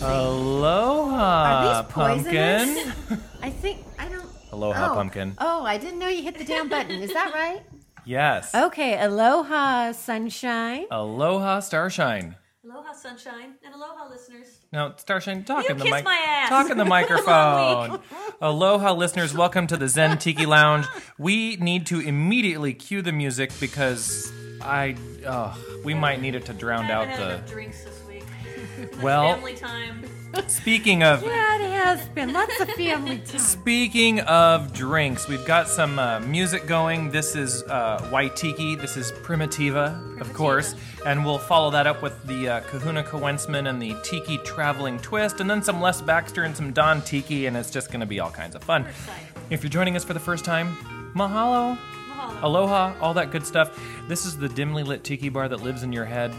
Aloha, Are these poisonous? pumpkin. I think I don't. Aloha, oh. pumpkin. Oh, I didn't know you hit the down button. Is that right? Yes. Okay, aloha, sunshine. Oh. Aloha, Starshine. Aloha, sunshine, and aloha, listeners. Now, Starshine, talk You in the kiss mic. my ass. Talk in the microphone. Aloha, listeners. Welcome to the Zen Tiki Lounge. We need to immediately cue the music because I, uh, we might need it to drown I out haven't had the. enough drinks this week. Well, Family time. speaking of Yeah, it has been lots of family time. Speaking of drinks, we've got some uh, music going. This is uh, Waitiki. This is Primitiva, of course. And we'll follow that up with the uh, Kahuna Coensman and the Tiki Traveling Twist, and then some Les Baxter and some Don Tiki, and it's just going to be all kinds of fun. excited. If you're joining us for the first time, mahalo, Mahalo. aloha, all that good stuff. This is the dimly lit tiki bar that lives in your head.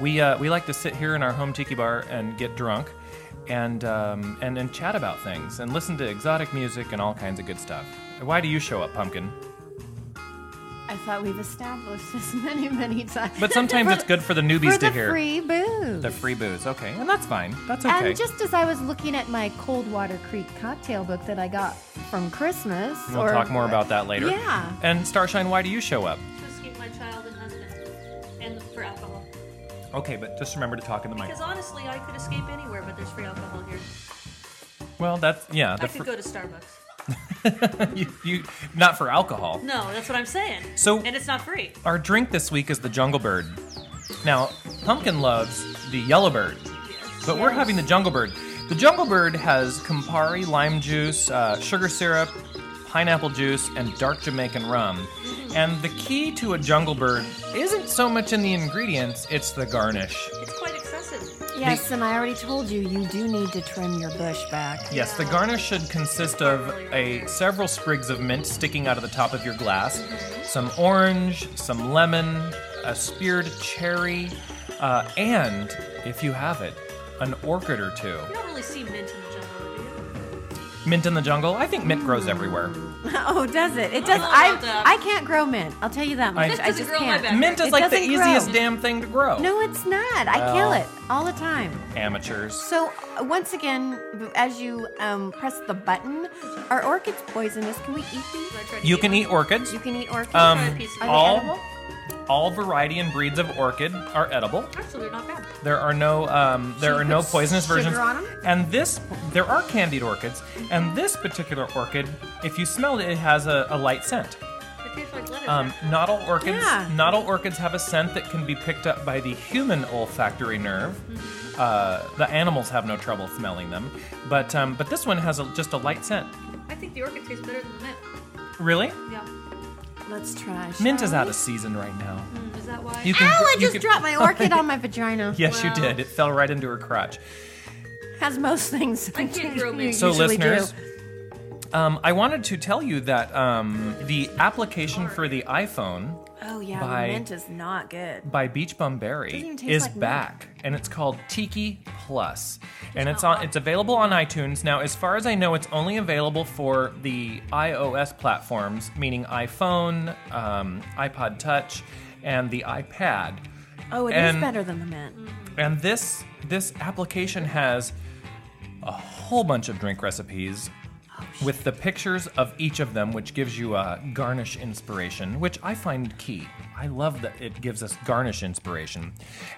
We uh, we like to sit here in our home tiki bar and get drunk, and um, and and chat about things and listen to exotic music and all kinds of good stuff. Why do you show up, pumpkin? I thought we've established this many, many times. But sometimes For- it's good for the for newbies the to hear free booze. the free booze. Okay, and that's fine. That's okay. And just as I was looking at my Cold Water Creek cocktail book that I got from Christmas, we'll or- talk more about that later. Yeah. And Starshine, why do you show up? To escape my child and husband, and for alcohol. Okay, but just remember to talk in the mic. Because honestly, I could escape anywhere, but there's free alcohol here. Well, that's yeah. I The could fr- go to Starbucks. you, you not for alcohol. No, that's what I'm saying. So- and it's not free. Our drink this week is the Jungle Bird. Now, Pumpkin loves the Yellow Bird, but we're having the Jungle Bird. The Jungle Bird has Campari lime juice, uh, sugar syrup, pineapple juice, and dark Jamaican rum. And the key to a Jungle Bird isn't so much in the ingredients, it's the garnish. It's quite excessive. Yes, and I already told you, you do need to trim your bush back. Yes, the garnish should consist of a several sprigs of mint sticking out of the top of your glass, some orange, some lemon, a speared cherry, uh, and if you have it, an orchid or two. You don't really see mint in the jungle, do you? Mint in the jungle. I think mint grows everywhere. Oh, does it? It does. Oh, I duh. I can't grow mint. I'll tell you that much. I doesn't just grow in my can't. backyard. Mint is It like the doesn't grow. easiest damn thing to grow. No, it's not. I kill Well. it all the time. Amateurs. So uh, once again, b- as you um, press the button, are orchids poisonous? Can we eat these? I tried to You can eat orchids. You can eat orchids. Um, Try a piece of are they all- edible? All variety and breeds of orchid are edible. Actually, they're not bad. There are no um, there So you are no put poisonous sugar versions. on 'em? And this there are candied orchids, and this particular orchid, if you smell it, it has a, a light scent. It tastes like lettuce. Um, not all orchids Yeah. not all orchids have a scent that can be picked up by the human olfactory nerve. Mm-hmm. Uh, the animals have no trouble smelling them, but um, but this one has a, just a light scent. I think the orchid tastes better than the mint. Really, Yeah. Let's try. mint is shall out we? of season right now. Mm, Is that why? You Ow! I you just dropped my orchid on my vagina. Yes, you Wow. did. It fell right into her crotch. As most things. I can't grow you mint. So, usually do. listeners, um, I wanted to tell you that um, the application for the iPhone Oh yeah, by- mint is not good. by Beach Bum Berry Doesn't even taste is like mint. back, and it's called Tiki Plus, and it's on. It's available on iTunes now. As far as I know, it's only available for the iOS platforms, meaning iPhone, um, iPod Touch, and the iPad. Oh, it is and- better than the mint. And this this application has a whole bunch of drink recipes with the pictures of each of them, which gives you a garnish inspiration, which I find key. I love that it gives us garnish inspiration.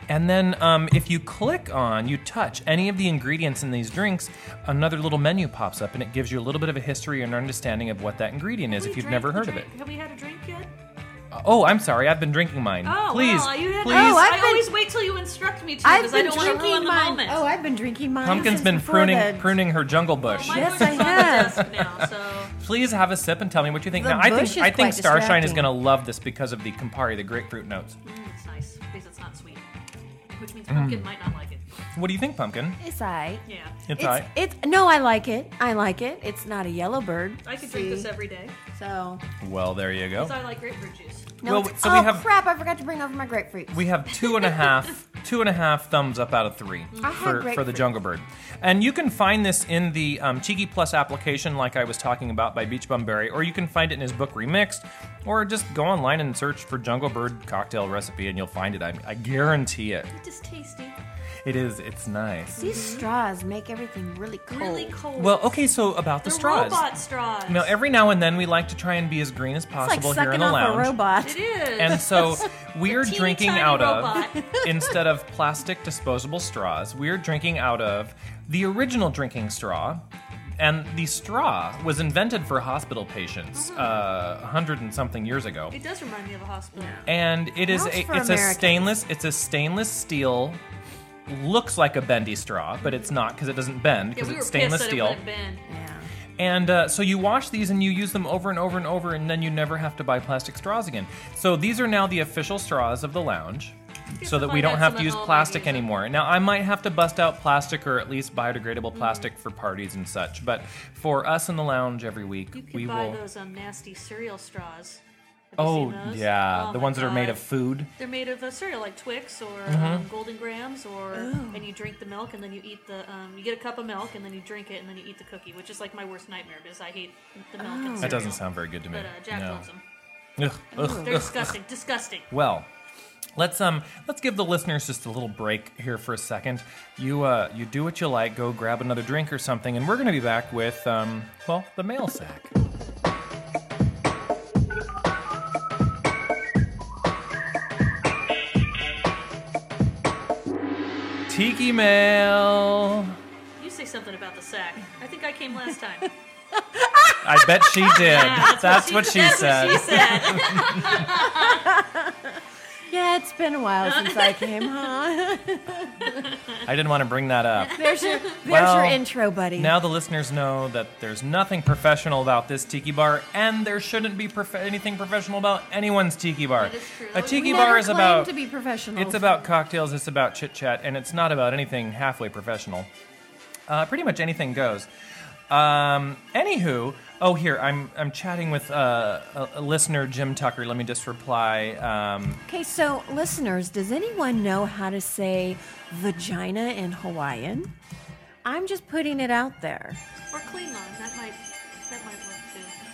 And then um, if you click on, you touch any of the ingredients in these drinks, another little menu pops up and it gives you a little bit of a history and understanding of what that ingredient is We if you've drank never the heard of it. drink. Have we had a drink yet? Oh, I'm sorry, I've been drinking mine. Oh, please, well, you had please. Oh, I I've been- always wait till you instruct me to I've because I been don't want to ruin drinking the mine. moment. Oh, I've been drinking mine. Pumpkin's since been before pruning the- pruning her Oh, jungle bush. Mine Yes, looks I on the have. desk now, so Please have a sip and tell me what you think. The now, I bush think is I think quite Starshine is distracting. going to love this because of the Campari, the grapefruit notes. mm, it's nice because it's not sweet, which Mm. means pumpkin might not like it. What do you think, Pumpkin? It's I. Yeah, It's, It's, I. it's no, I like it. I like it. It's not a yellow bird. I could drink See? this every day So Well, there you go. because I like grapefruit juice. no. Well, it's- so oh we have- crap! I forgot to bring over my grapefruit. We have two and a half, two and a half thumbs up out of three I had for, for the grapefruit. Jungle Bird, and you can find this in the um, Tiki Plus application, like I was talking about by Beach Bum Berry, or you can find it in his book Remixed, or just go online and search for Jungle Bird cocktail recipe, and you'll find it. I, I guarantee it. It is tasty. It is. It's nice. These straws make everything really cold. Really cold. Well, okay. So about the, They're straws. robot straws. Now, every now and then, we like to try and be as green as It's like possible here sucking in the off lounge. a robot. it is. And so we're Teeny drinking tiny out robot. of, instead of plastic disposable straws, we're drinking out of the original drinking straw. And the straw was invented for hospital patients Mm-hmm. uh, a hundred and something years ago. it does remind me of a hospital. And it is Not a, for it's a Americans. stainless it's a stainless steel looks like a bendy straw, but it's not because it doesn't bend Yeah, because we were it's stainless pissed steel. that it wouldn't bend. Yeah. And uh, so you wash these and you use them over and over and over, and then you never have to buy plastic straws again. So these are now the official straws of the lounge. Guess So if that I we don't got have some to at use home, I'd plastic use them. anymore. Now, I might have to bust out plastic or at least Mm. biodegradable plastic for parties and such, but for us in the lounge every week, You could we buy will. those um, nasty cereal straws. Have you Oh, seen those? yeah. Oh the my ones that are made God. of food. They're made of a cereal like Twix or Mm-hmm. um, Golden Grams, or Oh. and you drink the milk and then you eat the. Um, you get a cup of milk and then you drink it and then you eat the cookie, which is like my worst nightmare because I hate the milk. and cereal. Oh. That doesn't sound very good to me. But uh, Jack no. loves them. Ugh, ugh, They're ugh. disgusting. disgusting. Well, let's um let's give the listeners just a little break here for a second. You uh you do what you like, go grab another drink or something, and we're gonna be back with um well the mail sack. Tiki mail. You say something about the sack. I think I came last time. I bet she did. that's, what she, that's said. What she said. Yeah, it's been a while Uh, since I came, huh? I didn't want to bring that up. There's your, there's Well, your intro, buddy. Now the listeners know that there's nothing professional about this tiki bar, and there shouldn't be prof- anything professional about anyone's tiki bar. That is true. A We tiki never bar is claimed about to be professional. it's about cocktails, it's about chit chat, and it's not about anything halfway professional. Uh, pretty much anything goes. Um, anywho, oh here I'm I'm chatting with uh, a, a listener, Jim Tucker. Let me just reply. Um, Okay, so listeners, does anyone know how to say vagina in Hawaiian? I'm just putting it out there. or Klingon. That might. That might work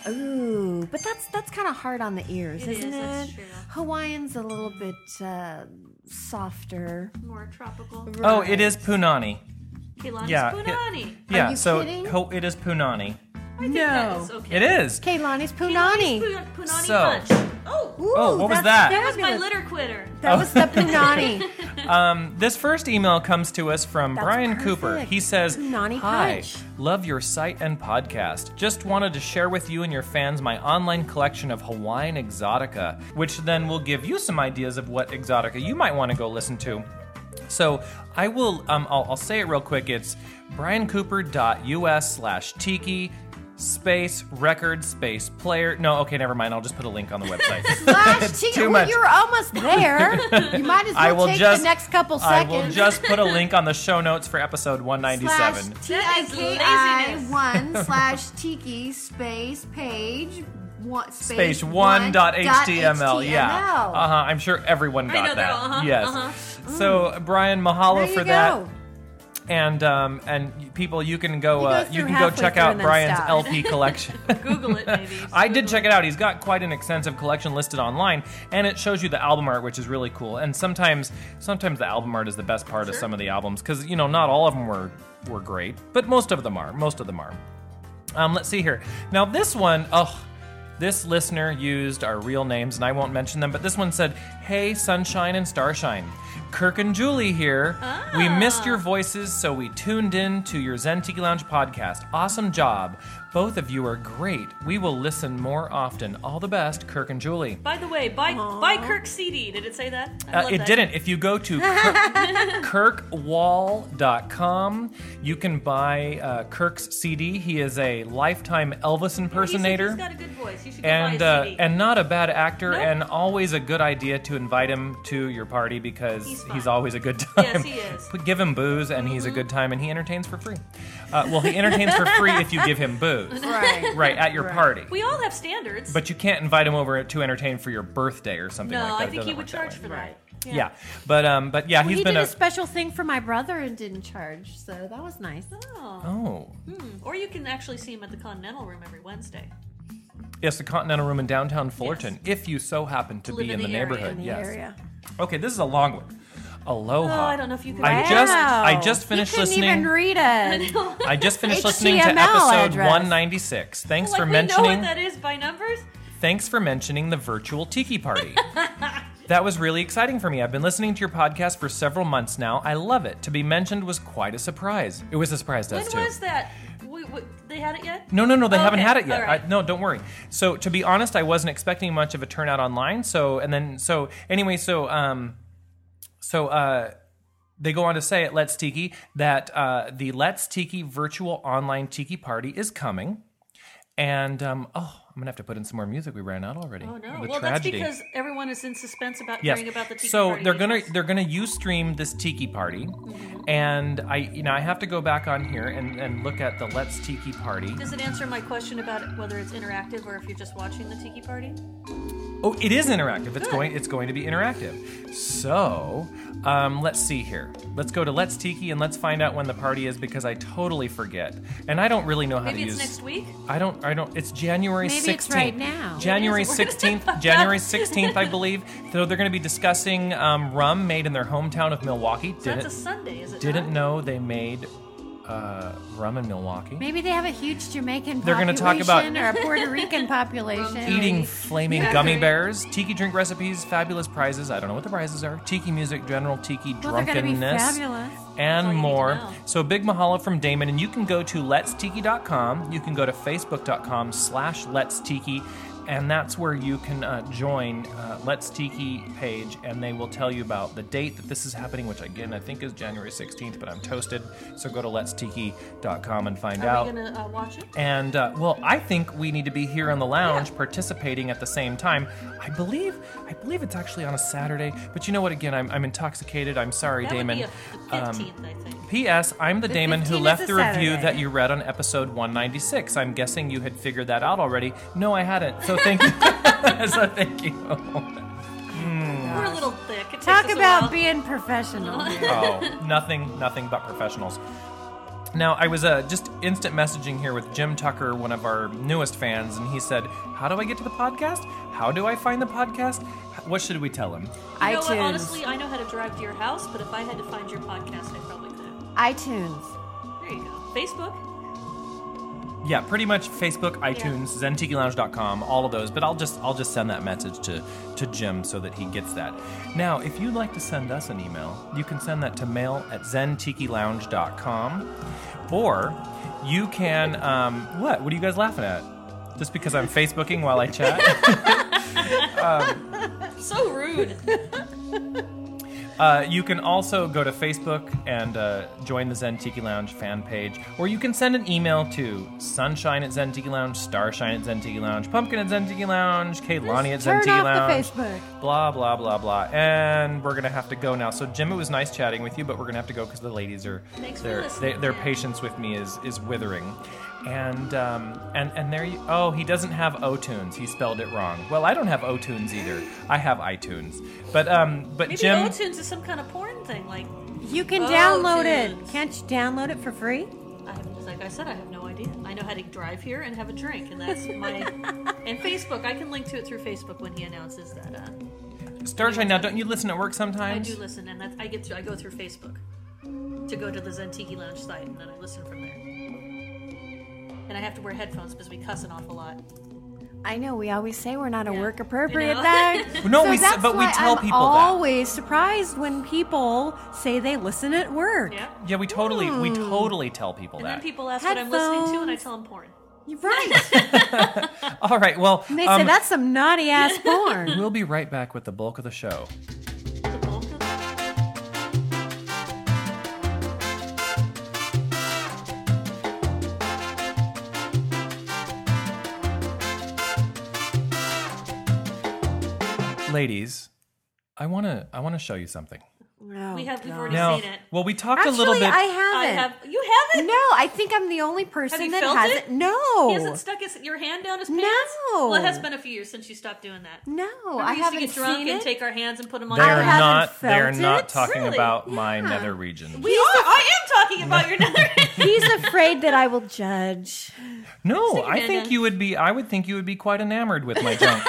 too. Ooh, but that's that's kind of hard on the ears, It is isn't is, that's it? true. Hawaiian's a little bit uh, softer. More tropical. oh, it is punani. Kehlani's Yeah, it- punani. Yeah, you so kidding? ho- it is punani. That no. is okay. It is. Kaylani's Punani. punani. Punani So- lunch. Oh, Ooh, Oh, what was that's- that? that was my the- litter quitter. That was the punani. This first email comes to us from That's Brian perfect. Cooper. He says, Nani Hi, Crunch." love your site and podcast. Just wanted to share with you and your fans my online collection of Hawaiian exotica, which then will give you some ideas of what exotica you might want to go listen to. So I will, um, I'll, I'll say it real quick. It's briancooper.us slash tiki space record space player. No, okay, never mind. I'll just put a link on the website. Gosh, too well, much. you're almost there. You might as well I will take just the next couple I seconds. will just put a link on the show notes for episode 197. That is laziness. one slash tiki space page one space one dot html. Yeah, uh huh. I'm sure everyone got I that. know that. Uh-huh, Yes. So Brian, mahalo Mm. There for you that, go. and um, and people, you can go. uh, goes you through can go halfway check through out and then Brian's stops. LP collection. Google it, maybe. I did check it out. He's got quite an extensive collection listed online, and it shows you the album art, which is really cool. And sometimes, sometimes the album art is the best part of some of the albums because you know not all of them were were great, but most of them are. Most of them are. Um, let's see here. Now this one, oh, this listener used our real names, and I won't mention them. But this one said, "Hey, sunshine and starshine." Kirk and Julie here. We Ah. missed your voices, so we tuned in to your Zen Tiki Lounge podcast. Awesome job. Both of you are great. We will listen more often. All the best, Kirk and Julie. By the way, buy, buy Kirk CD. Did it say that? I Uh, love it that. didn't. If you go to Kirk, kirkwall.com, you can buy uh, Kirk's CD. He is a lifetime Elvis He said impersonator. He's got a good voice. You should go and buy a uh, CD. and not a bad actor, Nope. and always a good idea to invite him to your party because he's, He's fun. always a good time. Yes, he is. Mm-hmm. P- Give him booze, and he's a good time, and he entertains for free. Uh, well, he entertains for free if you give him booze, Right. right at your Right. party. we all have standards. But you can't invite him over to entertain for your birthday or something no, like that. I It think doesn't he work would that charge way. for Right. that. Yeah, but um, but yeah, Well, he's he been did a, a special thing for my brother and didn't charge, so that was nice. Oh. oh Or you can actually see him at the Continental Room every Wednesday. yes, the Continental Room in downtown Fullerton, if you so happen to Hmm? Live be in in the, the area. neighborhood. In the yes. area. Okay, this is a long one. Aloha. Oh, I don't know if you could I read just Wow. I just finished you couldn't listening. even read it. I just finished listening to HTML episode address. 196. Thanks like for we know mentioning what that is by numbers. Thanks for mentioning the virtual tiki party. that was really exciting for me. I've been listening to your podcast for several months now. I love it. To be mentioned was quite a surprise. It was a surprise to When us too. was that? We, we, they had it yet? No, no, no, they Oh, haven't okay. had it yet. All right. I, no, don't worry. So, to be honest, I wasn't expecting much of a turnout online. So, and then, so anyway, so, um, so, uh, they go on to say at Let's Tiki that uh, the Let's Tiki virtual online tiki party is coming. And, um, oh, I'm going to have to put in some more music. We ran out already. Oh no! The well, tragedy. that's because everyone is in suspense about Yes. hearing about the tiki so party they're gonna details. they're gonna Ustream this tiki party, Mm-hmm. and I you know I have to go back on here and, and look at the Let's Tiki party. Does it answer my question about whether it's interactive or if you're just watching the tiki party? Oh, it is interactive. It's going. It's going to be interactive. So, um, let's see here. Let's go to Let's Tiki and let's find out when the party is because I totally forget, and I don't really know how to Maybe use. it's next week. I don't. I don't. It's January Maybe 16th. it's right now. January It is. We're gonna 16th. find January out. 16th, I believe. So they're going to be discussing um, rum made in their hometown of Milwaukee. That's Didn't a Sunday, is it? didn't not? know they made uh, rum in Milwaukee. Maybe they have a huge Jamaican They're gonna population talk about- or a Puerto Rican population. Eating flaming Yeah. gummy bears, tiki drink recipes, fabulous prizes. I don't know what the prizes are. Tiki music, general tiki Well, they're gonna be drunkenness, fabulous. all and you need to more. know. So big mahalo from Damon, and you can go to letstiki.com. You can go to facebook.com slash let's tiki, and that's where you can uh, join uh, Let's Tiki page, and they will tell you about the date that this is happening, which again I think is January 16th, but I'm toasted. So go to letstiki.com and find Are out. we gonna uh, watch it? And uh, well, I think we need to be here in the lounge participating at the same time. I believe, I believe it's actually on a Saturday. But you know what? Again, I'm, I'm intoxicated. I'm sorry, That Damon. Um, would be a, the 15th, I think. P.S. I'm the, Damon who 15 is left a the review Saturday. that you read on episode 196. I'm guessing you had figured that out already. No, I hadn't. So thank you. so thank you. We're a little thick. It takes Talk us a about while. being professional. here. Oh, nothing, nothing but professionals. Now, I was uh, just instant messaging here with Jim Tucker, one of our newest fans, and he said, How do I get to the podcast? How do I find the podcast? H- What should we tell him? You know what? iTunes. Honestly, I know how to drive to your house, but if I had to find your podcast, I probably could. iTunes. There you go. Facebook. Yeah, pretty much Facebook, iTunes, zentikilounge.com, all of those. But I'll just I'll just send that message to to Jim so that he gets that. Now, if you'd like to send us an email, you can send that to mail at zentikilounge.com, or you can um, what? What are you guys laughing at? Just because I'm Facebooking while I chat. So rude. Uh, you can also go to Facebook and uh, join the Zen Tiki Lounge fan page, or you can send an email to sunshine at Zen Tiki Lounge, starshine at Zen Tiki Lounge, pumpkin at Zen Tiki Lounge, Kaylani at Zen Turn Tiki off Lounge. the Facebook. Blah, blah, blah, blah. And we're going to have to go now. So, Jim, it was nice chatting with you, but we're going to have to go because the ladies are, Thanks for their, listening, they- their yeah. patience with me is, is withering. And um, and and there you. Oh, he doesn't have O tunes. He spelled it wrong. Well, I don't have O tunes either. I have iTunes. But um, but Maybe Jim, iTunes is some kind of porn thing. Like, You can Oh, download tunes. it. Can't you download it for free? I have, like I said, I have no idea. I know how to drive here and have a drink, and that's my. and Facebook, I can link to it through Facebook when he announces that. Uh, Starshine, now don't you listen at work sometimes? I do listen, and that's, I get through. I go through Facebook to go to the Zentiki Lounge site, and then I listen from there. And I have to wear headphones because we cuss an awful lot. I know we always say we're not a Yeah. work appropriate You know? bag. No, so we s- that's but we why tell I'm people that. always surprised when people say they listen at work. Yeah. Yeah, we totally, we Hmm. totally tell people And that. then people ask what I'm listening to, and I Headphones. tell them porn. You're right. All right, well, And they say um, that's some naughty ass porn. we'll be right back with the bulk of the show. The bulk of Ladies, I wanna, I wanna show you something. Oh, We have- we've God. already- Now, seen it. well, we talked Actually, a little bit. I I haven't. have. You haven't? No, I think I'm the only person you that felt has it? it. No. He hasn't stuck his, your hand down his pants? No. Well, it has been a few years since you stopped doing that. no, Remember, I we used haven't to get drunk seen and it. take our hands and put them on they I are haven't not, they are felt not it. talking Really? about my Yeah. nether region. We used to- I am talking about your nether. He's afraid that I will judge. no, I Amanda. think you would be. I would think you would be quite enamored with my junk.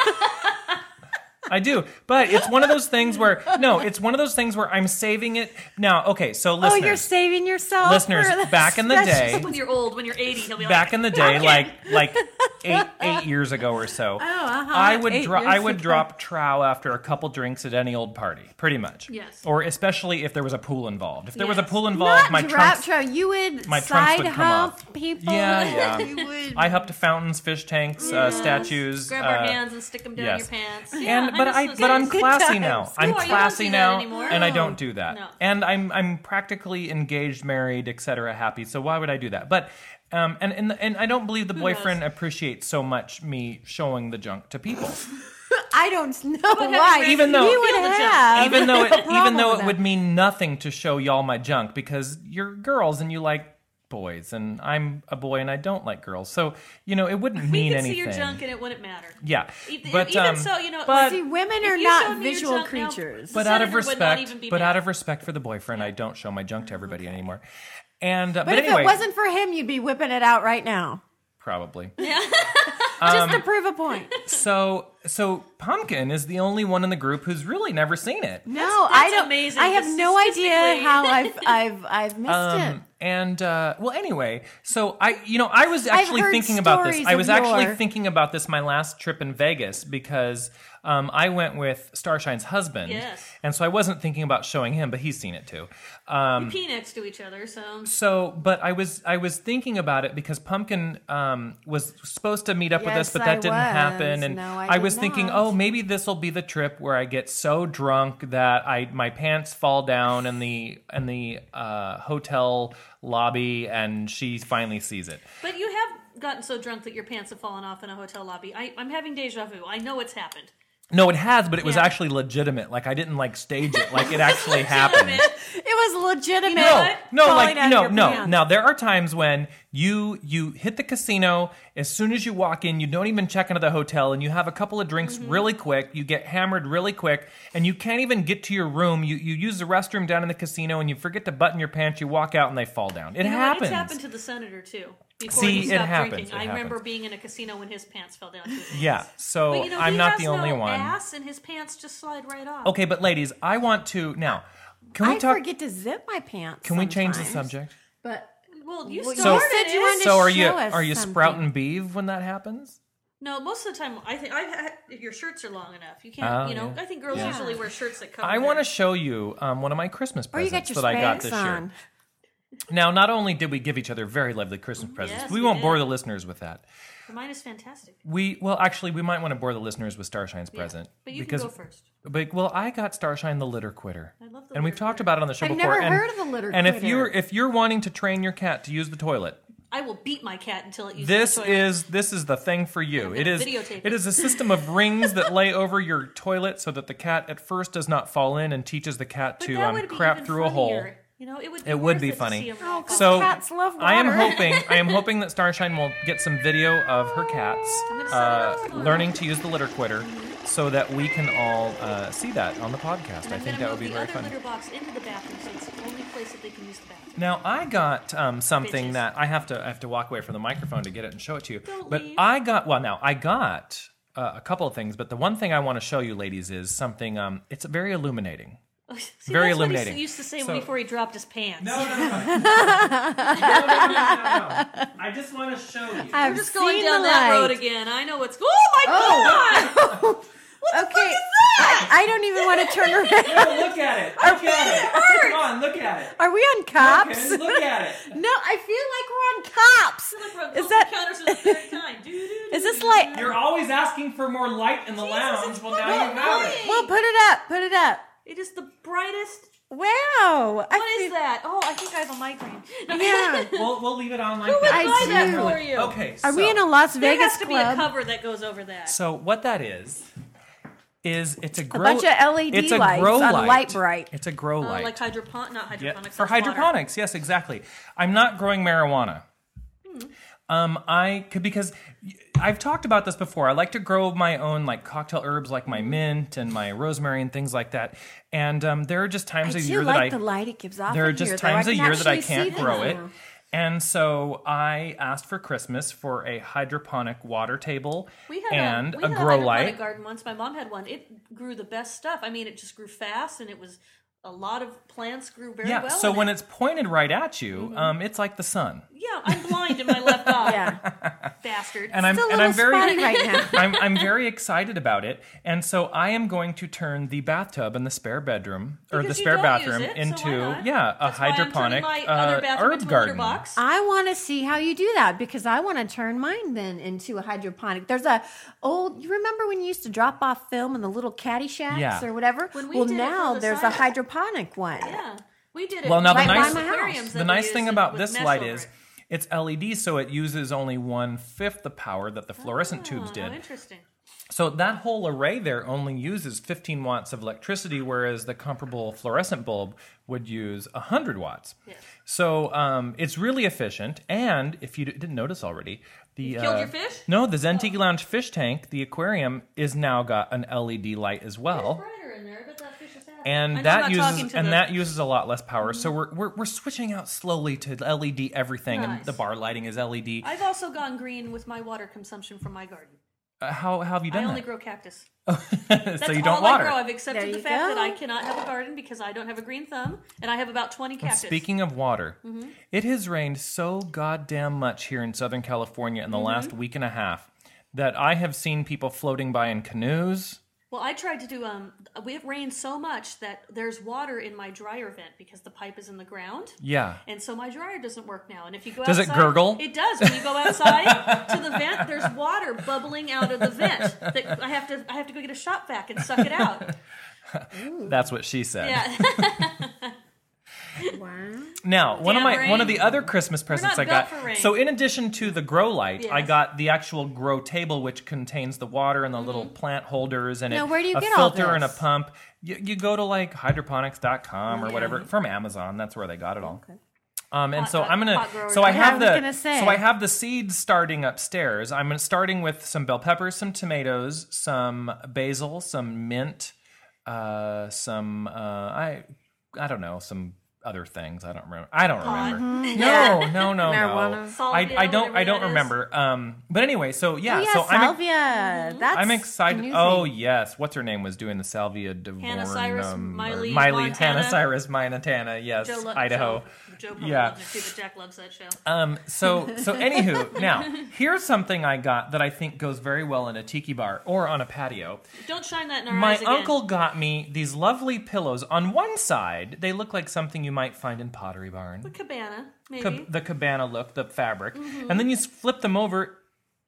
I do, but it's one of those things where no, it's one of those things where I'm saving it now. Okay, so Oh, listeners, you're saving yourself. listeners, for the back in the special- day, When you're old, when you're 80, he'll be back like, in the day, like like eight eight years ago or so, uh-huh, I would eight dro- years I would ago. drop trow after a couple drinks at any old party, pretty much. Yes. Or especially if there was a pool involved. If there was a Yes. pool involved, Not my drop trunks. trout. You would my trunks side would come up. hump people. Yeah, yeah. you would. I hopped to fountains, fish tanks, uh, "Yes." statues. Grab our uh, hands and stick them down yes. your pants. and but I, miss those but I'm days. good classy times. now. No, I'm you don't classy do that now, anymore. and I No. don't do that. No. And I'm I'm practically engaged, married, etc., happy. So why would I do that? But um, and and and I don't believe the boyfriend appreciates so much me showing the junk to people, I don't know heaven why. forbid Even though- he would Feel the jump. have, even though it, even problem though with it that. would mean nothing to show y'all my junk because you're girls and you like boys, and I'm a boy and I don't like girls. So you know it wouldn't We mean could anything. see your junk and it wouldn't matter. yeah, E- but even um, so, you know, but- See, women if are you not showed me your visual junk now- creatures. but The out of senator would not respect, even be but mad. out of respect for the boyfriend, I don't show my junk to everybody anymore. And uh, but, but if anyway, it wasn't for him, you'd be whipping it out right now, probably Um, just to prove a point. so. So pumpkin is the only one in the group who's really never seen it. No, that's I don't. amazing, I have because no idea statistically- how I've I've I've missed it. Um, and uh, well, anyway, so I, you know, I was actually heard thinking about this. stories I of was actually yore. thinking about this my last trip in Vegas because um, I went with Starshine's husband, Yes. and so I wasn't thinking about showing him, but he's seen it too. Um, We pee next to each other, so So, but I was I was thinking about it because Pumpkin um, was supposed to meet up with us, Yes, but that I didn't was. happen. And No, I did was thinking, not. oh, maybe this will be the trip where I get so drunk that I my pants fall down in the in the uh, hotel lobby, and she finally sees it. But you have gotten so drunk that your pants have fallen off in a hotel lobby. I, I'm having deja vu. I know it's happened. No, it has, but it was Yeah. actually legitimate. Like I didn't like stage it. Like it actually happened. It was legitimate. no, no, falling like out of no, your no. pants. Now there are times when you you hit the casino as soon as you walk in, you don't even check into the hotel, and you have a couple of drinks Mm-hmm. really quick. You get hammered really quick, and you can't even get to your room. You you use the restroom down in the casino, and you forget to button your pants. You walk out, and they fall down. It You know what? happens. It's happened to the senator too. Before See, he it stopped happens. drinking, It I remember happens. being in a casino when his pants fell down. to his knees. yeah, so But, you know, I'm he not has the only no one. Ass and his pants just slide right off. Okay, but ladies, I want to now. Can we I talk? forget to zip my pants. Can we change the sometimes. subject? But Well, you Well, you started said it. you wanted- to So are you show us are you something. sprouting beef when that happens? No, most of the time, I think I, I, if your shirts are long enough, you Oh, can't. you know, yeah. I think girls usually wear shirts that cover. I their- want to show you um, one of my Christmas Oh, or you got presents your that I got spanks this year. on. Now, not only did we give each other very lovely Christmas presents, Mm, Yes, we we won't did. bore the listeners with that. Mine is fantastic. We well, actually, we might want to bore the listeners with Starshine's Yeah. present But you because, can go first. But well, I got Starshine the litter quitter, I love the and we've litter talked about it on the show I've before. never and, heard of the litter And if quitter. you're if you're wanting to train your cat to use the toilet, I will beat my cat until it uses this the toilet. is this is the thing for you. It is videotape it it. is a system of rings that lay over your toilet so that the cat at first does not fall in, and teaches the cat But to that um, would be crap even through a hole. funnier. You know, it would. Be It would worth be to funny. see 'em Oh, wrapped up. So Cats love I am water. hoping I am hoping that Starshine will get some video of her cats I'm gonna set it up uh, tomorrow. learning to use the litter quitter, so that we can all uh, see that on the podcast. I I'm think gonna that would be move the very other fun. litter box into the bathroom, so it's the only place that they can use the bathroom. Now I got um, something Bitches. that I have to I have to walk away from the microphone to get it and show it to you. Don't but leave. I got well now I got uh, a couple of things, but the one thing I want to show you, ladies, is something. Um, it's very illuminating. See, Very that's What illuminating. he used to say So- before he dropped his pants. no, no, no, no, no, no, no. I just want to show you. I've I'm just going seen down the that light. road again. I know what's. Oh my god! Okay, I, I don't even want to turn around. No, look at it. Look at it. Come on, look at it. Are we on cops? Look at it. No, I feel like we're on cops. Is that counters for the third time? Doo, doo, doo, is this like? You're always asking for more light in the lounge. Well, now you have it. Well, put it up. Put it up. It is the brightest. Wow. I What is feel- that? Oh, I think I have a migraine. No, Yeah. We'll, we'll leave it on like I that. buy that do. for you. Okay. Are we so- in a Las There Vegas has to club? be a cover that goes over that. So what that is is it's a grow bunch of LED it's a lights grow on light. light bright. It's a grow Oh, light. like hydroponic, not Yeah, hydroponics. for that's water. hydroponics. Yes, exactly. I'm not growing marijuana. Um, I could because y- I've talked about this before. I like to grow my own like cocktail herbs, like my mint and my rosemary and things like that. And um, there are just times I a do year like that I the light it gives off. there are in just here, though. times I a can year that I actually see can't them grow it. now. And so I asked for Christmas for a hydroponic water table We had and a, a, we had grow hydroponic light. garden once. My mom had one. It grew the best stuff. I mean, it just grew fast, and it was a lot of plants grew very yeah, well. so in when it. it's pointed right at you, Mm-hmm. um, it's like the sun. yeah, I'm blind in my left eye, Yeah. bastard. And I'm It's a and little I'm very spotty right now. I'm, I'm very excited about it. And so I am going to turn the bathtub in the spare bedroom or Because the you spare don't bathroom use it, so into why not? yeah, a That's why I'm turning hydroponic my uh, other herb bathroom into a litter garden. box. I want to see how you do that because I want to turn mine then into a hydroponic. There's a old. You remember when you used to drop off film in the little caddy shacks Yeah. or whatever? When we well, did it for now the there's a science. hydroponic one. yeah, we did it. Well, now the right by nice- my house. aquariums the nice thing about this light is it's LED, so it uses only one fifth the power that the fluorescent tubes Oh, did. interesting. So that whole array there only uses 15 watts of electricity, whereas the comparable fluorescent bulb would use 100 watts. So um, it's really efficient. And if you d- didn't notice already, the killed uh, your fish? No, the Zen Tiki Lounge fish tank, the aquarium, is now got an LED light as well There's brighter in there, but that fish is happy. I know and I'm that not talking uses to and the- Mm-hmm. that uses a lot less power. So we're, we're we're switching out slowly to LED everything, and Nice. the bar lighting is E LED. I've also gone green with my water consumption from my garden. Uh, how, how have you I done only that? grow cactus. so That's you don't all water. I grow. I've There accepted the you fact that go. I cannot have a garden because I don't have a green thumb, and I have about twenty cactus. Mm-hmm. Speaking of water, it has rained so goddamn much here in Southern California Mm-hmm. in the last week and a half that I have seen people floating by in canoes. well, I tried to do. Um, we have rained so much that there's water in my dryer vent because the pipe is in the ground. Yeah. And so my dryer doesn't work now. And if you go Does it outside, gurgle? It does. When you go outside to the vent, there's water bubbling out of the vent. That I have to I have to go get a shop vac and suck it out. That's what she said. Yeah. Wow. Now, one of Damn my one of rain. the other Christmas presents I not got. built for rain. So, in addition to the grow light, I Yes. got the actual grow table, which contains the water and the little plant holders and Mm-hmm. Now, it- where do you a get all filter and a this? pump. You, you go to like hydroponics.com or whatever from Amazon. That's where they got it all. Um, and Pot- so I'm pot gonna. growers. So I Yeah, I have was the. gonna say. So I have the seeds starting upstairs. I'm starting with some bell peppers, some tomatoes, some basil, some mint, uh, some uh, I I don't know some other things. I don't remember. I don't remember. No, no, no, no. Marijuana. I, Salvia, I don't I whatever don't that is. remember. Um, but anyway, so yeah, Oh yeah, so I'm ex- salvia. That's I'm excited. amusing. Oh yes, what's her name was doing the salvia Devornum, Hannah Cyrus, or Miley Montana. Hannah Cyrus, Montana. Yes, Joe lo- Idaho. Joe, Joe probably Yeah. loved it too, but Jack loves that show. Um, so, so anywho, now here's something I got that I think goes very well in a tiki bar or on a patio. Don't shine that in our My eyes again. uncle got me these lovely pillows. On one side, they look like something you might find in Pottery Barn, Cabana, maybe. Cab- the cabana look, the fabric, Mm-hmm. and then you s- flip them over,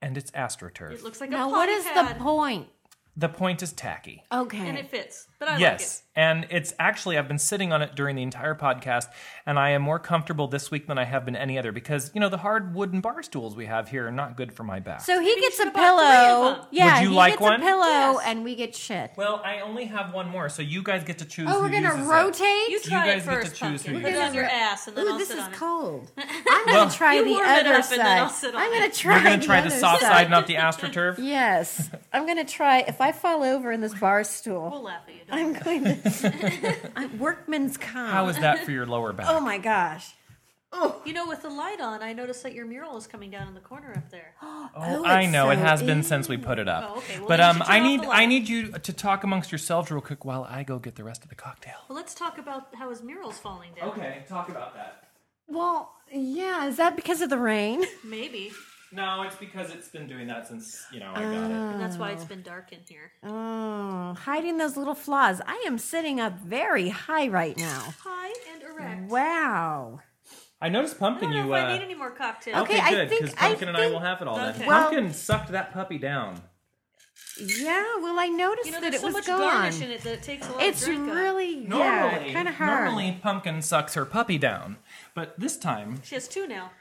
and it's astroturf. it looks like Now a what potty is pad, the point? the point is tacky. Okay. and it fits. But I Yes, and it's actually I've been sitting on it during the entire podcast, and I am more comfortable this week than I have been any other because you know the hard wooden bar stools we have here are not good for my back. so he gets should a have bought three of pillow. them. Yeah, Would you he like gets one? a pillow Yes. and we get shit. Well, I only have one more, so you guys get to choose. Oh, who we're gonna uses it. rotate. like it. You try guys it get to first, choose who pumpkin. you Put it use. on your ass, and then Ooh, I'll this sit is on it. cold. I'm gonna try You the warm it other up and then I'll side. sit on I'm it. gonna try. We're gonna try the other soft side, not the astroturf. Yes, I'm gonna try. If I fall over in this bar stool, We'll laugh at you. don't I'm going to. I'm workman's comp. How is that for your lower back? oh my gosh! we? You know, with the light on, I noticed that your mural is coming down in the corner up there. Oh, I it's know it so has been in. since we put it up. Oh, okay. Well, but then um, you should turn I off need the I light. need you to talk amongst yourselves real quick while I go get the rest of the cocktail. Well, let's talk about how his mural's falling down. Okay, talk about that. Well, yeah. Is that because of the rain? Maybe. No, it's because it's been doing that since you know I got it. And that's why it's been dark in here. Oh, hiding those little flaws. I am sitting up very high right now. High and erect. Wow. I noticed I pumpkin. don't know you if uh, I need any more cocktails. Okay, I good think- because I pumpkin and I think- will have it all. Then Okay. Well- pumpkin sucked that puppy down. Yeah. Well, I noticed You know, that there's it so was much gone. garnish in it that it takes a lot it's of drink up. really Normally, yeah, kind of hard. Normally, pumpkin sucks her puppy down, but this time She has two now.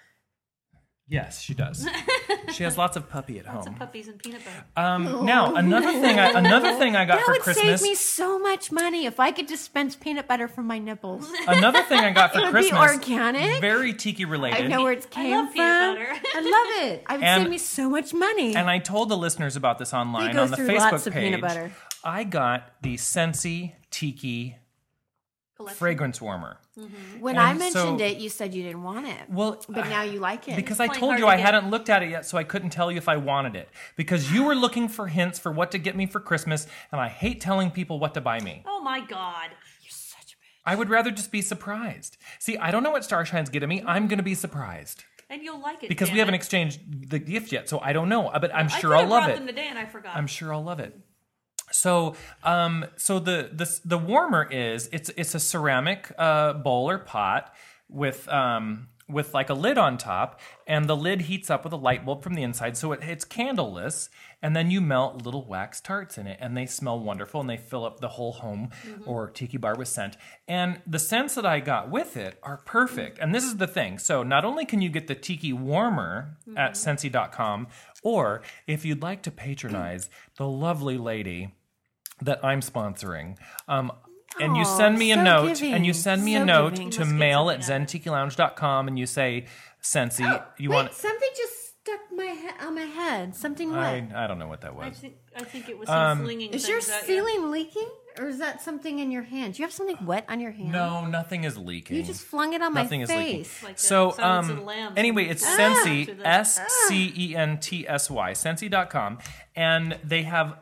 Yes, she does. she has lots of puppy at Lots of home. puppies and peanut butter. Um, now, another thing, I, another thing I got That for would save Christmas. me so much money if I could dispense peanut butter from my nipples. another thing I got for It would be Christmas. organic. Very tiki I related. know where it I came love from. peanut butter. I love it. I would And- save me so much money. And I told the listeners about this online go on the through Facebook lots of page. peanut butter. I got the Sensi Tiki Collection. fragrance warmer. When And I mentioned so- it, you said you didn't want it. Well, but now you like it Because I playing told hard you to I get. hadn't looked at it yet, so I couldn't tell you if I wanted it. Because you were looking for hints for what to get me for Christmas, and I hate telling people what to buy me. Oh my god. I would rather just be surprised. See, I don't know what Starshine's getting me. I'm going to be surprised And you'll like it because Dan. we haven't exchanged the gift yet, so I don't know. But I'm I sure could I'll have love brought it. Them today, and I forgot. I'm sure I'll love it. So, um, so the the the warmer is it's it's a ceramic uh, bowl or pot with um with like a lid on top, and the lid heats up with a light bulb from the inside, so it, it's candleless. And then you melt little wax tarts in it, and they smell wonderful, and they fill up the whole home or tiki bar with scent. And the scents that I got with it are perfect. And this is the thing: so not only can you get the tiki warmer at Scentsy.com, or if you'd like to patronize the lovely lady that I'm sponsoring. Um, and you Aw, send me a so note, and giving, you send me a so note giving. to mail at zentikilounge.com, and you say, Sensi, you Oh, Wait, want. something just stuck my he- on my head. Something what? I, I don't know what that I was. think I think it was Um, some slinging. Is your things out, yeah. ceiling leaking, or is that something in your hand? Do you have something wet on your hand? No, nothing is leaking. You just flung it on Nothing my is leaking. face. Like the so, Silence of the um, Lambs. anyway, it's Ah. Sensi, Through the- S C E N T S Y, Sensi.com, and they have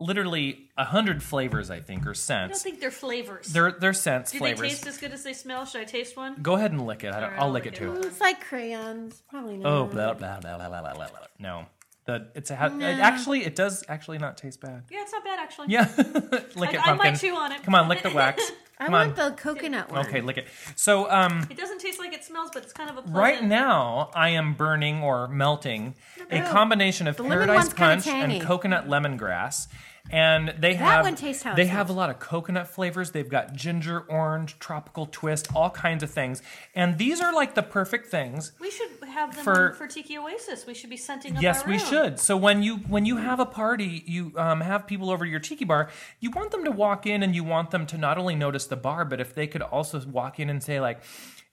literally a hundred flavors, I think, or I don't scents. think they're flavors. They're, they're scents, Do they flavors. taste as good as they smell? Should I taste one? Go ahead and lick it. I don't, Alright, I'll I'll lick lick it it. too. It's like crayons, probably not. Oh, blah, blah, blah, blah, blah, blah, blah, blah. no. The, it's a, ha- it actually, it does actually not taste bad. Yeah, it's not bad actually. Yeah, lick it, I pumpkin. might chew on it. Come on, lick the wax. I Come want on. the coconut one. Okay, lick it. So, um, It doesn't taste like it smells, but it's kind of a pleasant. right now, I am burning or melting a Ooh. combination of The lemon Paradise one's kinda Punch and tangy. coconut lemongrass. And they have one tastes how it they have smells. a lot of coconut flavors. They've got ginger, orange, tropical twist, all kinds of things. And these are like the perfect things We should have them For- for, for Tiki Oasis. We should be scenting up Yes, our we room. should. So when you when you have a party, you um, have people over to your tiki bar. You want them to walk in, and you want them to not only notice the bar, but if they could also walk in and say like,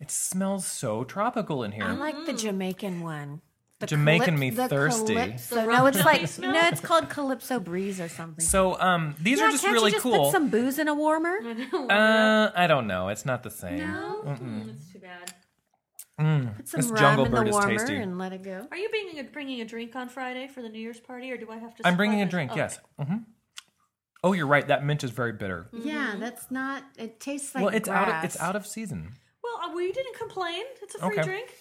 "It smells so tropical in here." I like the Jamaican one. The Jamaican calyp- me the thirsty. Calypso. The No, it's rum like smell? no, it's called Calypso Breeze or something. so um, these yeah, are just can't really you just cool. Put some booze in a warmer. uh, I don't know. It's not the same. No, Mm, that's too bad. Put some This rum Jungle in Bird the is warmer tasty. and let it go. Are you bringing a, bringing a drink on Friday for the New Year's party, or do I have to? I'm bringing supply a this? drink. Yes. Okay. hmm Oh, you're right. That mint is very bitter. Yeah, that's not. It tastes like well, it's out. Of, it's grass. out of season. Well, uh, well, you didn't complain. It's a free Okay. drink.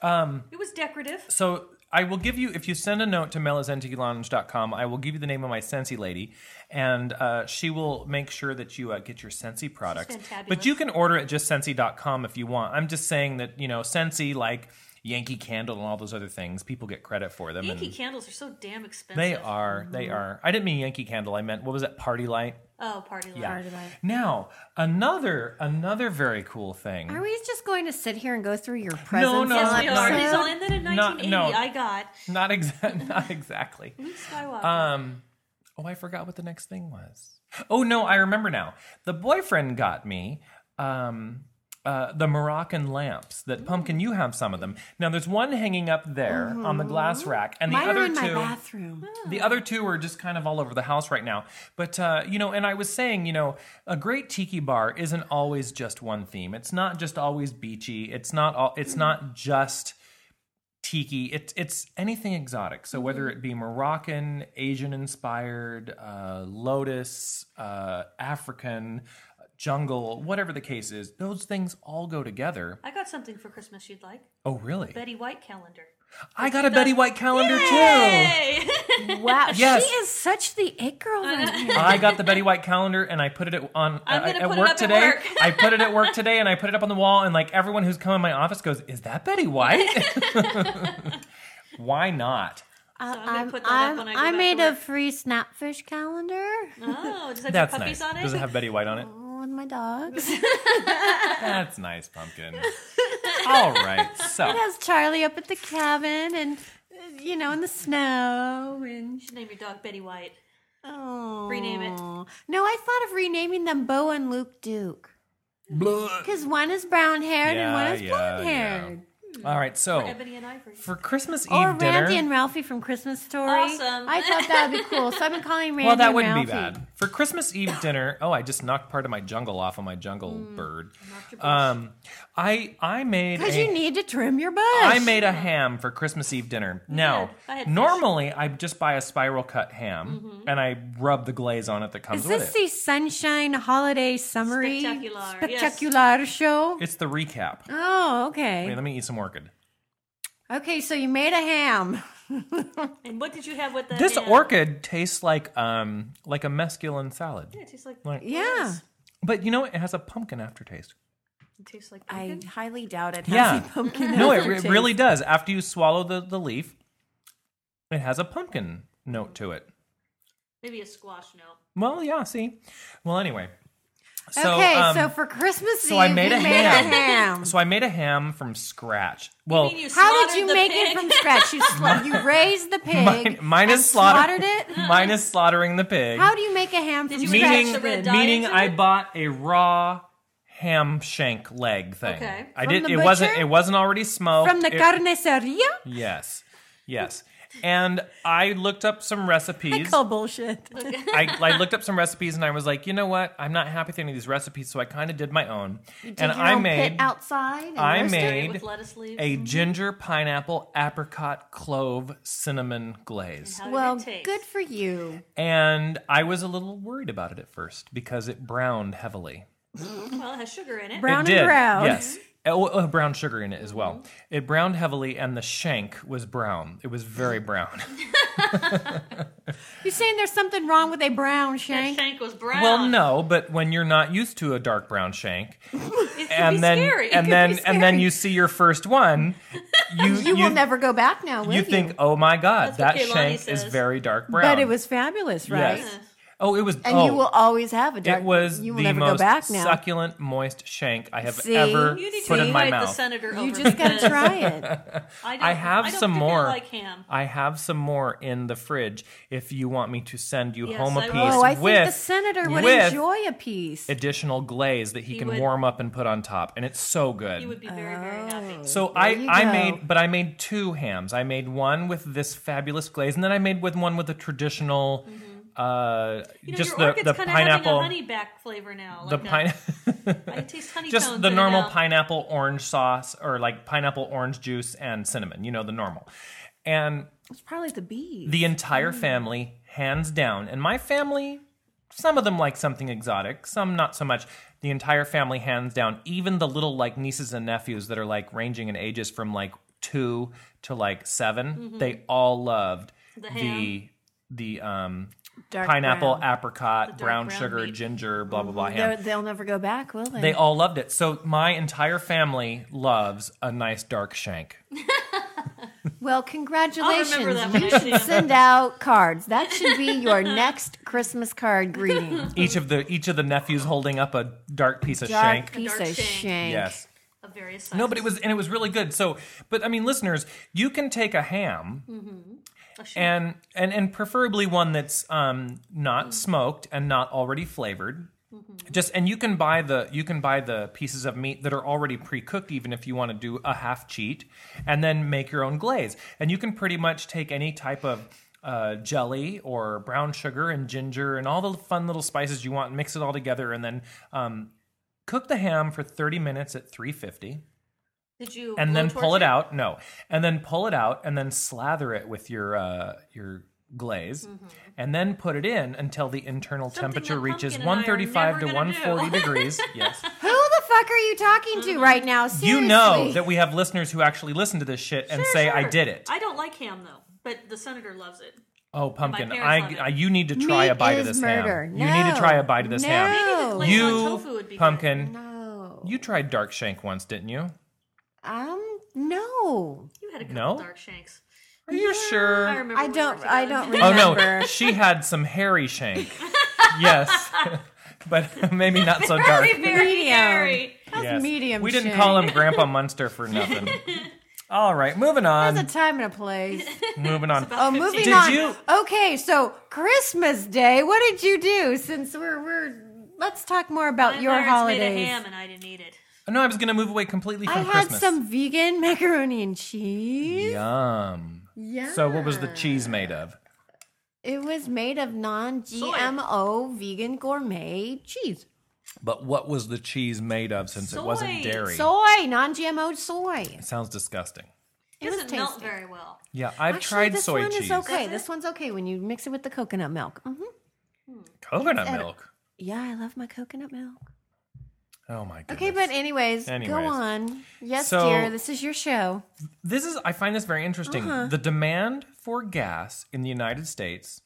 Um, it was decorative. So I will give you if you send a note to melazentilounge.com, I will give you the name of my Sensi lady, and uh, she will make sure that you uh, get your Sensi products. fantabulous. But you can order at just Sensi.com if you want. I'm just saying that you know Sensi like Yankee Candle and all those other things, people get credit for them. Yankee and candles are so damn expensive. they are, they are. I didn't mean Yankee Candle. I meant what was that? Party light. Oh, party light. Yeah. light. Now another another very cool thing. Are we just going to sit here and go through your presents? no, all Yes, we are. episode? no. These all ended in Not- 1980. no. I got Not exact. Not exactly. Luke Skywalker. Um, oh, I forgot what the next thing was. Oh no, I remember now. The boyfriend got me um, uh, the Moroccan lamps. That pumpkin, you have some of them. Now there's one hanging up there on the glass rack, and the Mine other are in two. my bathroom. The other two are just kind of all over the house right now. But, uh, you know, and I was saying, you know, a great tiki bar isn't always just one theme. It's not just always beachy. It's not all, it's not just tiki. It, it's anything exotic. So whether it be Moroccan, Asian inspired, uh, lotus, uh, African, jungle, whatever the case is, those things all go together. I got something for Christmas you'd like. Oh, really? Betty White calendar. I got a Betty White calendar too. Hey! Wow, Yes. she is such the it girl. right here. I got the Betty White calendar and I put it at- on I'm uh, gonna at put it work up at today. work. I put it at work today and I put it up on the wall and like everyone who's come in my office goes, "Is that Betty White?" Why not? Uh, gonna I'm, put that up I'm- when I go I back made to a work. free snapfish calendar oh, does that have That's puppies nice. on it? Does it have Betty White on it? with my dogs. It That's nice, pumpkin. All right. So, has Charlie up at the cabin and uh, you know in the snow and You should name your dog Betty White. oh. Rename it. No, I thought of renaming them Bo and Luke Duke Blah. because one is brown haired and one Yeah, is yeah, blonde yeah. haired. All right, so Ebony and Ivory. for Christmas Eve Or dinner, Randy and Ralphie from Christmas Story. Awesome. I thought that would be cool. So I've been calling Randy well, that and wouldn't be Ralphie. bad. For Christmas Eve dinner, oh, I just knocked part of my jungle off of my jungle bird. Mm. your bush. Um, I I made Because a- you need to trim your bush. I made a ham for Christmas Eve dinner. Now, Yeah, I had fish. normally I just buy a spiral cut ham and I rub the glaze on it that comes Mm-hmm. Is this with it. the Sunshine Holiday Summary Spectacular, yes. Spectacular Show? It's the recap. Oh, Wait, okay. let me eat some orchid. Okay, so you made a ham. and what did you have with that? This ham? orchid tastes like um like a masculine salad, Yeah, it tastes like. Like- it Yeah. is. but you know what? it has a pumpkin aftertaste. It tastes like. I pumpkin. highly doubt it. Yeah. Has a pumpkin No, it, re- aftertaste. really does. After you swallow the the leaf, it has a pumpkin note to it. Maybe a squash note. Well, yeah. See, well, anyway. So, okay, um, so for Christmas so Eve, I made you a made ham. a ham. So I made a ham from scratch. Well, mean you How did slaughtered you the make pig? it from scratch? You, sla- you raised the pig. mine, mine and is slaughter- slaughtered it. mine is slaughtering the pig. How do you make a ham from you scratch? meaning the red dye meaning into I it? bought a raw ham shank leg thing. Okay. I From didn't. the It wasn't. butcher? It wasn't already smoked. from the It- carniceria? Yes. Yes. And I looked up some recipes. Call bullshit. I, I looked up some recipes and I was like, you know what? I'm not happy with any of these recipes, so I kind of did my own. and Did your I own made pit outside. And I roast it? made With lettuce leaves. a ginger pineapple apricot clove cinnamon glaze. How did Well, it taste? good for you. And I was a little worried about it at first because it browned heavily. Well, it has sugar in it. Brown and it did, brown. Yes. Oh, oh, brown sugar in it as well. It browned heavily, and the shank was brown. It was very brown. You're saying there's something wrong with a brown That shank? shank was brown. well, no, but when you're not used to a dark brown shank, It could and be then scary. and could then be and then scary. you see your first one, you You, will never go back now, will you? you think, oh my god, That's what that Kehlani shank is says. very dark brown. but it was fabulous, right? yes. Oh, it was. And oh, you will always have a dark. It was you will the never most go back now. succulent, moist shank I have See? ever You need put to in my invite the mouth. senator over. You just gotta because try it. I, don't, I have I don't some particularly more. like ham. I have some more in the fridge if you want me to send you Yes, home a I piece will. Oh, I with, think the senator would with enjoy a piece. additional glaze that he, He can would. warm up and put on top. And it's so good. He would be very, very happy. so There I, you I go. made but I made two hams. I made one with this fabulous glaze and then I made with one with a traditional uh Mm-hmm. You know, just your the, orchid's the kinda having a pineapple honey back flavor now. the Like pine a- I taste honey just tones the in it normal now. pineapple orange sauce or like pineapple orange juice and cinnamon, you know, the normal. And It's probably the bees. the entire Mm. family, hands down, and my family, some of them like something exotic, some not so much. The entire family, hands down, even the little like nieces and nephews that are like ranging in ages from like two to like 7 Mm-hmm. they all loved the the, ham. um Dark pineapple, brown. Mm-hmm. apricot, brown, brown sugar, meat. ginger, blah blah blah ham. They're- They'll never go back, will they? They all loved it. So my entire family loves a nice dark shank. well, congratulations. I'll remember that when you I should see them. send out cards. That should be your next Christmas card greeting. Each of the each of the nephews holding up a dark piece of Dark shank. piece Dark of shank. shank. Yes. Of various sizes. No, but it was and it was really good. So, but I mean, listeners, you can take a ham A shank. and and and preferably one that's um not smoked and not already flavored. Just and you can buy the you can buy the pieces of meat that are already pre-cooked, even if you want to do a half cheat, and then make your own glaze. And you can pretty much take any type of uh, jelly or brown sugar and ginger and all the fun little spices you want, and mix it all together, and then um, cook the ham for thirty minutes at three fifty Did you and then blowtorch pull it out. No, and then pull it out, and then slather it with your uh, your glaze, and then put it in until the internal Mm-hmm. Something temperature that reaches Pumpkin and I 135 are to never gonna do. 140 degrees. Yes. Who the fuck are you talking to right now? Seriously. Mm-hmm. You know that we have listeners who actually listen to this shit and Sure, say, "I sure. did it." I don't like ham though, but the senator loves it. oh, pumpkin! parents I, love it. I you need to try Meat a bite of is this murder. ham. You need to No. try a bite of this ham. No. Maybe the glaze You on tofu would be good. pumpkin, No. you tried dark shank once, didn't you? Um. No. You had a couple No? dark shanks. Are you sure? I remember. I when we don't. were I together. don't Oh remember. no, she had some hairy shank. yes, but maybe not so dark. Very, very Medium. hairy. How's medium? We didn't shank? call him Grandpa Munster for nothing. All right, moving There's a on. time and a place. Moving on. about- Oh, moving um, Did on. you- Okay, so Christmas Day. What did you do? Since we're we're let's talk more about My your parents made a holidays. ham and I didn't eat it. Oh, No, I was gonna move away completely from I had Christmas. some vegan macaroni and cheese. Yum. Yeah. So, what was the cheese made of? It was made of non-GMO vegan gourmet cheese. But what was the cheese made of since it wasn't Soy. dairy? Soy, non-GMO soy. It sounds disgusting. It was doesn't melt tasty. very well. Yeah, I've Actually, tried this soy one cheese. Is okay. Does it? This one's okay when you mix it with the coconut milk. hmm Coconut milk. Yeah, I love my coconut milk. Oh my goodness. Okay, but anyways, go Anyways. on. Yes, So- dear, this is your show. this is I find this very interesting. Uh-huh. The demand for gas in the United States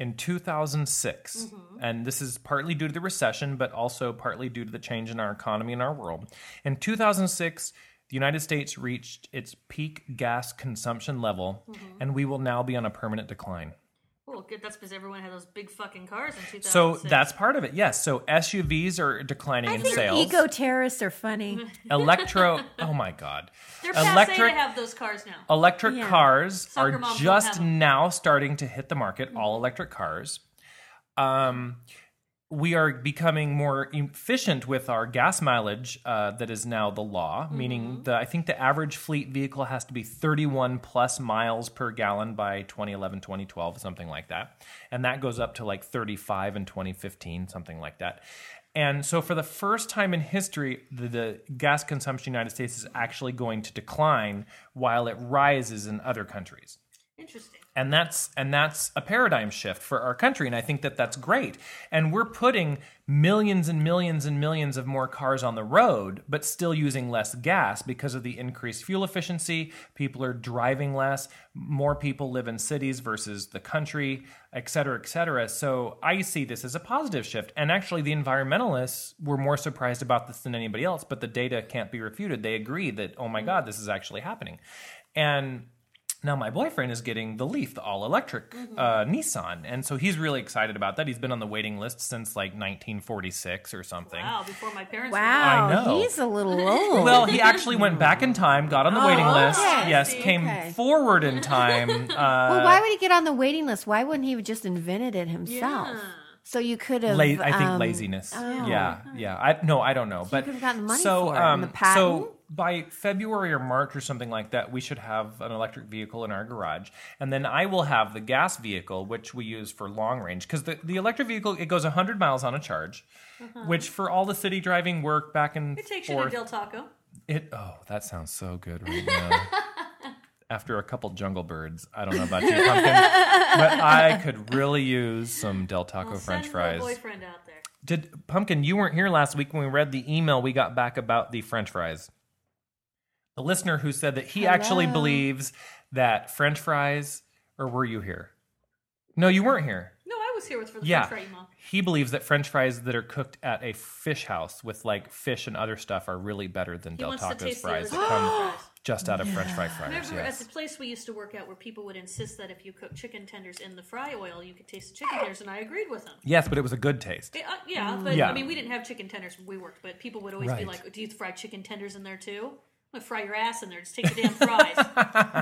in 2006, Mm-hmm. and this is partly due to the recession, but also partly due to the change in our economy and our world. In 2006, the United States reached its peak gas consumption level, Mm-hmm. and we will now be on a permanent decline. Well, good. That's because everyone had those big fucking cars in 2006. So that's part of it. Yes. So SUVs are declining I in think sales. eco terrorists are funny. Electro. oh my God. they're passé electric- to have those cars now. Electric Yeah. cars Soccer are moms don't have just 'em. now starting to hit the market, all electric cars. Um, we are becoming more efficient with our gas mileage uh, that is now the law, meaning the, I think the average fleet vehicle has to be 31 plus miles per gallon by 2011, 2012, something like that. And that goes up to like 35 in 2015, something like that. And so, for the first time in history, the, the gas consumption in the United States is actually going to decline while it rises in other countries Interesting. and that's and that's a paradigm shift for our country and i think that that's great and we're putting millions and millions and millions of more cars on the road but still using less gas because of the increased fuel efficiency people are driving less more people live in cities versus the country et cetera et cetera so i see this as a positive shift and actually the environmentalists were more surprised about this than anybody else but the data can't be refuted they agree that oh my god this is actually happening and now my boyfriend is getting the Leaf, the all electric Mm-hmm. uh, Nissan, and so he's really excited about that. He's been on the waiting list since like 1946 or something. Wow, before my parents. were born. Wow, I know. he's a little old. Well, he actually went back in time, got on the waiting Oh, list. okay. Yes, Okay. came forward in time. Uh, Well, why would he get on the waiting list? Why wouldn't he have just invented it himself? Yeah. So you could have. la- I think um, laziness. oh. Yeah, yeah. I no, I don't know. but could have gotten money so, for it in um, the patent. So by February or March or something like that, we should have an electric vehicle in our garage, and then I will have the gas vehicle, which we use for long range, because the, the electric vehicle it goes hundred miles on a charge, Uh-huh. which for all the city driving work back and It takes you to forth, Del Taco. it oh, that sounds so good right now. After a couple jungle birds, I don't know about you, pumpkin, but I could really use some Del Taco I'll French send fries. My boyfriend out there. Did Pumpkin, you weren't here last week when we read the email we got back about the French fries. The listener who said that he actually Hello. believes that French fries, or were you here? No, you weren't here. No, I was here with for the Yeah. French fry email. He believes that French fries that are cooked at a fish house with like fish and other stuff are really better than He Del wants to Taco's taste fries the that come fries. just out of French fry fryers. Remember, Yes. at the place we used to work at, where people would insist that if you cook chicken tenders in the fry oil, you could taste the chicken tenders, and I agreed with them. yes, but it was a good taste. Yeah, uh, Mm. yeah, but Yeah. I mean, we didn't have chicken tenders when we worked, but people would always be Right. like, "Do you fry chicken tenders in there too?" I'm gonna fry your ass in there. Just take the damn fries.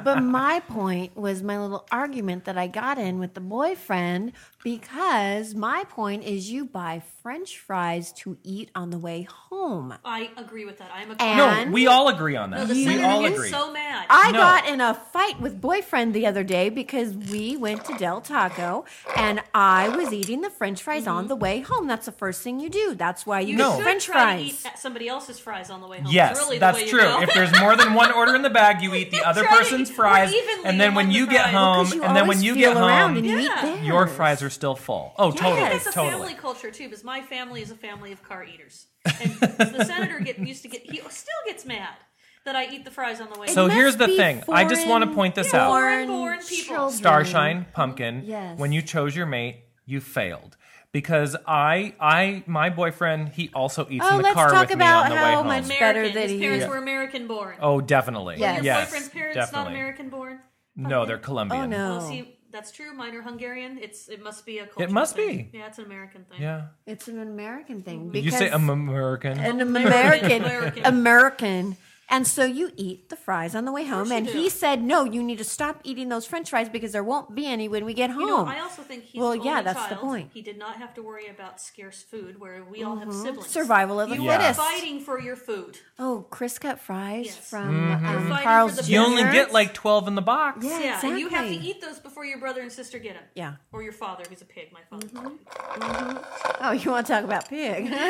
but my point was my little argument that I got in with the boyfriend because my point is you buy French fries to eat on the way home. I agree with that. I'm a And- No, we all agree on that. the we senator all gets agree. so mad. I No. got in a fight with boyfriend the other day because we went to Del Taco and I was eating the French fries Mm-hmm. on the way home. That's the first thing you do. That's why you you No. get should French try fries. to eat at somebody else's fries on the way home. Yes, it's really the that's way true. You go. If there's more than one order in the bag, you eat the other Try to person's eat more fries, evenly and then among when the you get fries. home, 'Cause you and then when always you feel get around home, and you eat Yeah. theirs. your fries are still full. Oh, I totally, think that's a totally. family culture too, because my family is a family of car eaters, and the senator get, used to get he still gets mad that I eat the fries on the way. So It home. must here's the be thing. I just wanna foreign- point this yeah, out. Foreign Foreign people. children. Starshine Pumpkin. Yes. When you chose your mate, you failed because I, I, my boyfriend, he also eats Oh, in the let's car talk with me about on the way how home. much- American. better that His he- parents Yeah. were American born. oh, definitely. Yes. Yes. Your Your boyfriend's parents definitely. not American born. No, they're Colombian. Oh no. Oh, see, that's true. Mine are Hungarian. It's it must be a culture. must thing. be. Yeah, it's an American thing. Yeah. It's an American thing. you Because say I'm American. an American, American. American, And so you eat the fries on the way home. you And do. he said, no, you need to stop eating those french fries because there won't be any when we get home. You know, I also think he's Oh. Well, the yeah, only that's the child. point. Mm-hmm. He did not have to worry about scarce food, where we all have siblings. Survival of the you fittest. are fighting for your food. oh, Chris cut fries Yes. from um, Fighting for Carl's the Mm-hmm. You only Jr. get like 12 in the box. Yeah, Yeah, and you have to exactly. eat those before your brother and sister get them. Yeah. Mm-hmm. Or your father, who's a pig. My father's a pig. Oh, you want to talk about pig?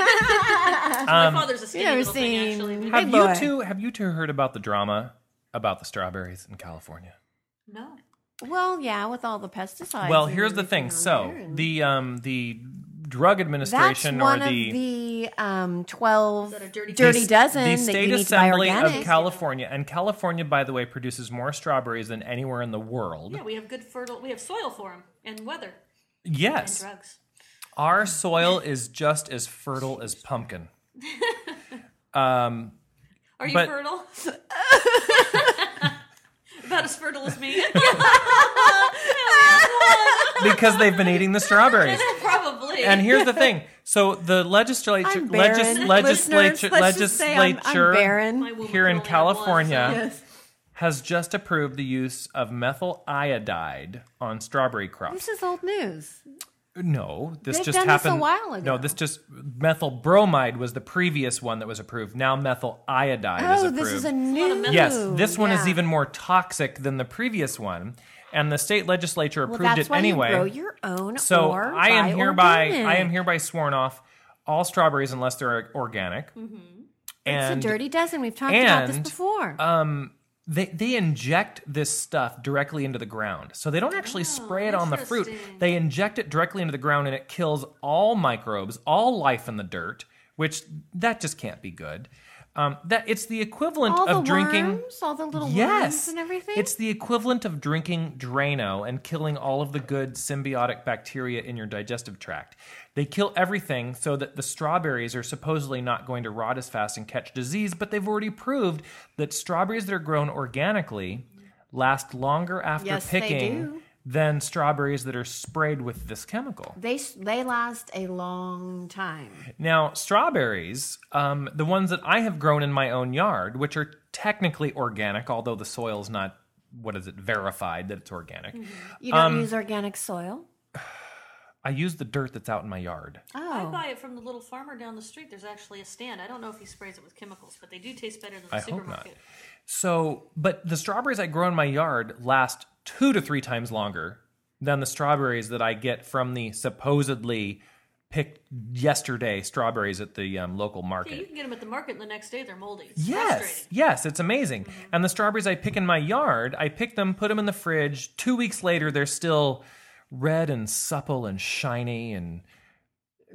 Um, my father's a skinny never little seen- thing, actually. but- How- Have Big you boy. two have you two heard about the drama about the strawberries in California? no. well, yeah, with all the pesticides. Well, and here's the everything thing. on So there and- the um the drug that's administration one or of the um, twelve Is that a dirty dirty dozen? dozen the that state you need to buy assembly organic. of California, and California, by the way, produces more strawberries than anywhere in the world. Yeah, we have good fertile. We have soil for him and weather and Yes, drugs. our soil is just as fertile as pumpkin. Are you But- fertile? About as fertile as me. because they've been eating the strawberries. Probably. And here's the thing. So the legislature, I'm legis- barren. legislature, Listeners, let's just say I'm- legislature I'm barren. My womb here can in only have one, so- California Yes. has just approved the use of methyl iodide on strawberry crops. This is old news. No, this They've just done this a happened while ago. No, this just methyl bromide was the previous one that was approved. Now methyl iodide is Oh, approved. this is a new. meth- Yes, this one is yeah. even more toxic than the previous one, and the state legislature Well, approved that's it why anyway. you grow your own. So or I am buy hereby organic. I am hereby sworn off all strawberries unless they're organic. Mm-hmm. It's a And dirty dozen. We've talked about this and, um, before. they they inject this stuff directly into the ground. So they don't actually Oh, spray it on the fruit. interesting. They inject it directly into the ground and it kills all microbes, all life in the dirt, which that just can't be good. Um, that it's the equivalent all of the drinking worms, all the little worms Yes. and everything. It's the equivalent of drinking Drano and killing all of the good symbiotic bacteria in your digestive tract. They kill everything so that the strawberries are supposedly not going to rot as fast and catch disease, but they've already proved that strawberries that are grown organically last longer after Yes, they do. picking than strawberries that are sprayed with this chemical. they s- they last a long time. Now, strawberries, um, the ones that I have grown in my own yard, which are technically organic, although the soil's not, what is it, verified that it's organic. Mm-hmm. You don't Um, use organic soil. I use the dirt that's out in my yard. I Oh, buy it from the little farmer down the street. There's actually a stand. I don't know if he sprays it with chemicals, but they do taste better than the I hope supermarket. not. So, but the strawberries I grow in my yard last two to three times longer than the strawberries that I get from the supposedly picked yesterday strawberries at the um, local market. Yeah, you can get them at the market and the next day. They're moldy. It's Yes, frustrating. Mm-hmm. yes, it's amazing. And the strawberries I pick in my yard, I pick them, put them in the fridge. Two weeks later, they're still red and supple and shiny and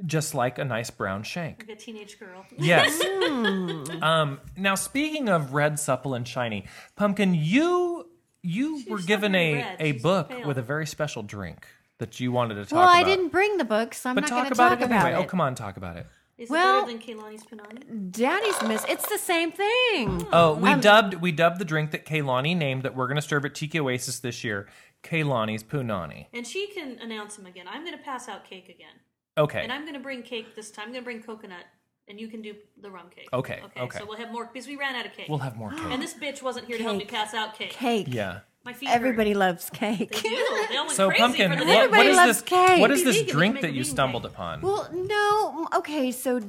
just like a nice brown shank. Like a teenage girl. Yes. Hmm. um, now, speaking of red, supple, and shiny, pumpkin, you you were not given very a red, a she's book pale. with a very special drink that you wanted to talk well, about. I didn't bring the book, so I'm But not talk going to about talk it about anyway. it. Oh, come on, talk about it. Is Well- it better than Kehlani's Panani? Daddy's miss. It's the same thing. Oh, we dubbed we dubbed the drink that Kaylani named that we're going to serve at Tiki Oasis this year, Kaylani's Punani. And she can announce them again. I'm going to pass out cake again. Okay. And I'm going to bring cake this time. I'm going to bring coconut, and you can do the rum cake. Okay, Okay. okay. So we'll have more because we ran out of cake. we'll have more cake. and this bitch wasn't here to help me Cake. pass out cake. Cake. yeah. My feet. hurt. Everybody loves cake. They do. They all went So crazy pumpkin, for the what, what Everybody is loves this cake. what is Be this vegan, we drink make that a you vegan stumbled cake. upon? Well, no. mm, Okay, so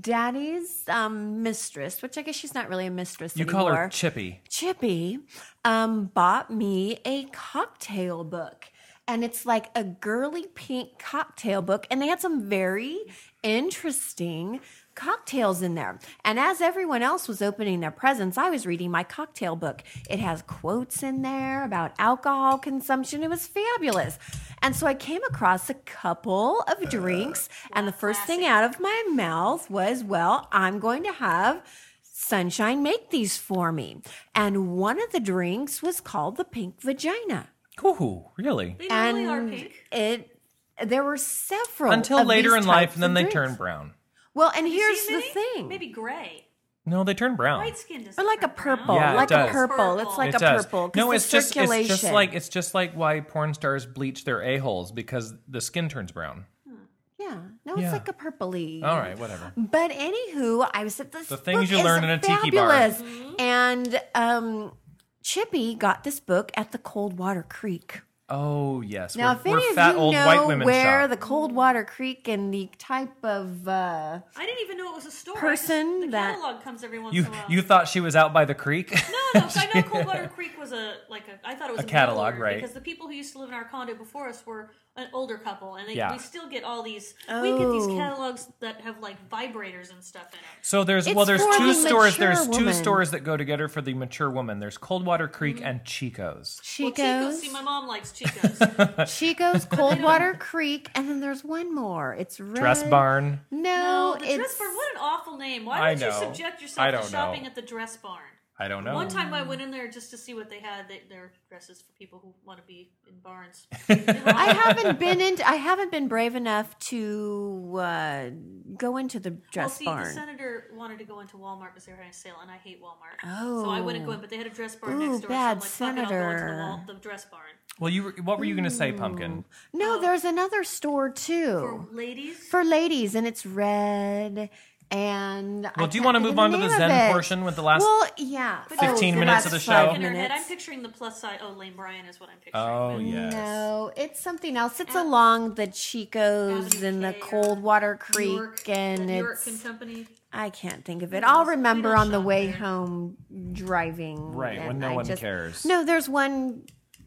Daddy's um, mistress, which I guess she's not really a mistress you anymore. call her Chippy. Chippy um, bought me a cocktail book. And it's like a girly pink cocktail book. And they had some very interesting cocktails in there. And as everyone else was opening their presents, I was reading my cocktail book. It has quotes in there about alcohol consumption. It was fabulous. And so I came across a couple of drinks. And the first thing out of my mouth was, well, I'm going to have Sunshine make these for me. And one of the drinks was called the pink vagina. Ooh, really? They And really are pink. it there were several Until of later these in life types and then of they drinks. turn brown. Well, and You here's see, the maybe- thing. Maybe gray. No, they turn brown. White skin does or like a purple, Yeah, it like does. a purple. It's like it a does. purple. 'cause No, the it's just it's just circulation. like it's just like why porn stars bleach their a-holes because the skin turns brown. yeah. No, it's Yeah. like a purpley. All right, whatever. But anywho, I was at this. The things book you is learn in a tiki bar. fabulous. Mm-hmm. And um, Chippy got this book at the Coldwater Creek. Oh yes. Now, we're, if any we're of fat you old know white women where shop. the Coldwater Creek and the type of uh, I didn't even know it was a store. I Person just, the that- catalog comes every once you in a while. you thought she was out by the creek? no, no, 'cause I know Coldwater Creek was a like a. I thought it was A a, catalog, mail order right. Because the people who used to live in our condo before us were an older couple, and they, Yeah. we still get all these. We get these Oh. catalogs that have like vibrators and stuff in them. So there's It's well there's for two the stores mature there's two woman. stores that go together for the mature woman. There's Coldwater Creek Mm-hmm. and Chico's. Chico's, Well, Chico's. See, my mom likes Chico's. Chico's Coldwater Creek, and then there's one more. It's red. Dress Barn. No, no, Oh, the dress it's barn. What an awful name! Why I would you know. subject I yourself don't to shopping know. Oh. at the dress barn? I don't know. One time I went in there just to see what they had. They, their dresses for people who want to be in barns. I haven't been in. I haven't been brave enough to uh, go into the Well, dress Oh, see, the barn. senator wanted to go into Walmart because they were having a sale, and I hate Walmart. So I wouldn't go in, but they had a dress barn Oh. Ooh, next door. bad so I'm like, fuck it, I'll go into senator. the, wall, the dress barn. Well, you were, what were you going to say, Pumpkin? no, there's another store um, For too ladies, Oh. for ladies, and it's red. And Well, do you want to move on to the Zen portion with the last? Well, yeah, But 15 minutes last of the five show? in her head, I'm minutes. picturing the plus size. Oh, Lane Bryant is what I'm picturing. oh but- yes. No, it's something else. It's along the Chico's Avenue and the K or Coldwater Creek, New York, and New York it's and Company. I can't think of it. I'll don't- we remember don't on the shop way there. home driving. Right, when and no I one cares. No, there's one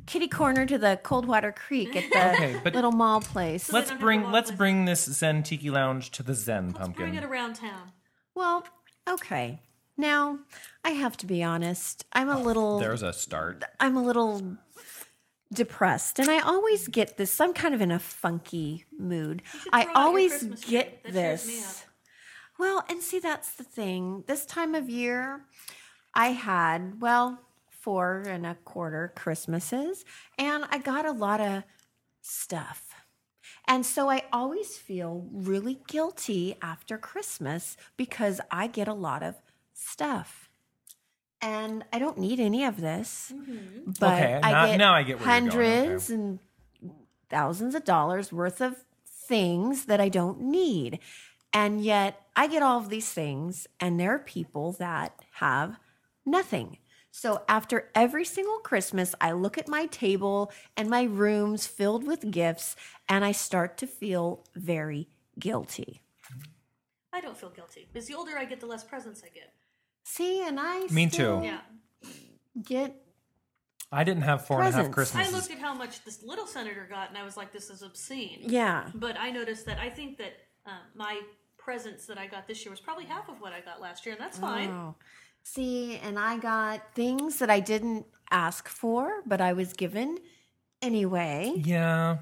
kitty corner to the Coldwater Creek at the Okay, but- little mall place. Let's don't have to bring walk let's with- bring this Zen Tiki Lounge to the Zen Bring it Pumpkin. around town. well, okay. Now, I have to be honest. I'm a little There's a start. I'm a little depressed and I always get this I'm kind of in a funky mood. should I throw out your always Christmas tree. get That cheers me this. Well, and see that's the thing. This time of year I had, well, four and a quarter Christmases and I got a lot of stuff. And so I always feel really guilty after Christmas because I get a lot of stuff. And I don't need any of this. But Okay, I now- get now I get where you're going, okay. hundreds and thousands of dollars worth of things that I don't need. And yet I get all of these things, and there are people that have nothing. So after every single Christmas, I look at my table and my rooms filled with gifts, and I start to feel very guilty. I don't feel guilty because the older I get, the less presents I get. See, and I Me too. still Yeah. get I didn't have four and a half Presents. I Christmases. looked at how much this little senator got, and I was like, "This is obscene." yeah. But I noticed that I think that um, my presents that I got this year was probably half of what I got last year, and that's fine. Oh. See, and I got things that I didn't ask for, but I was given anyway. Yeah.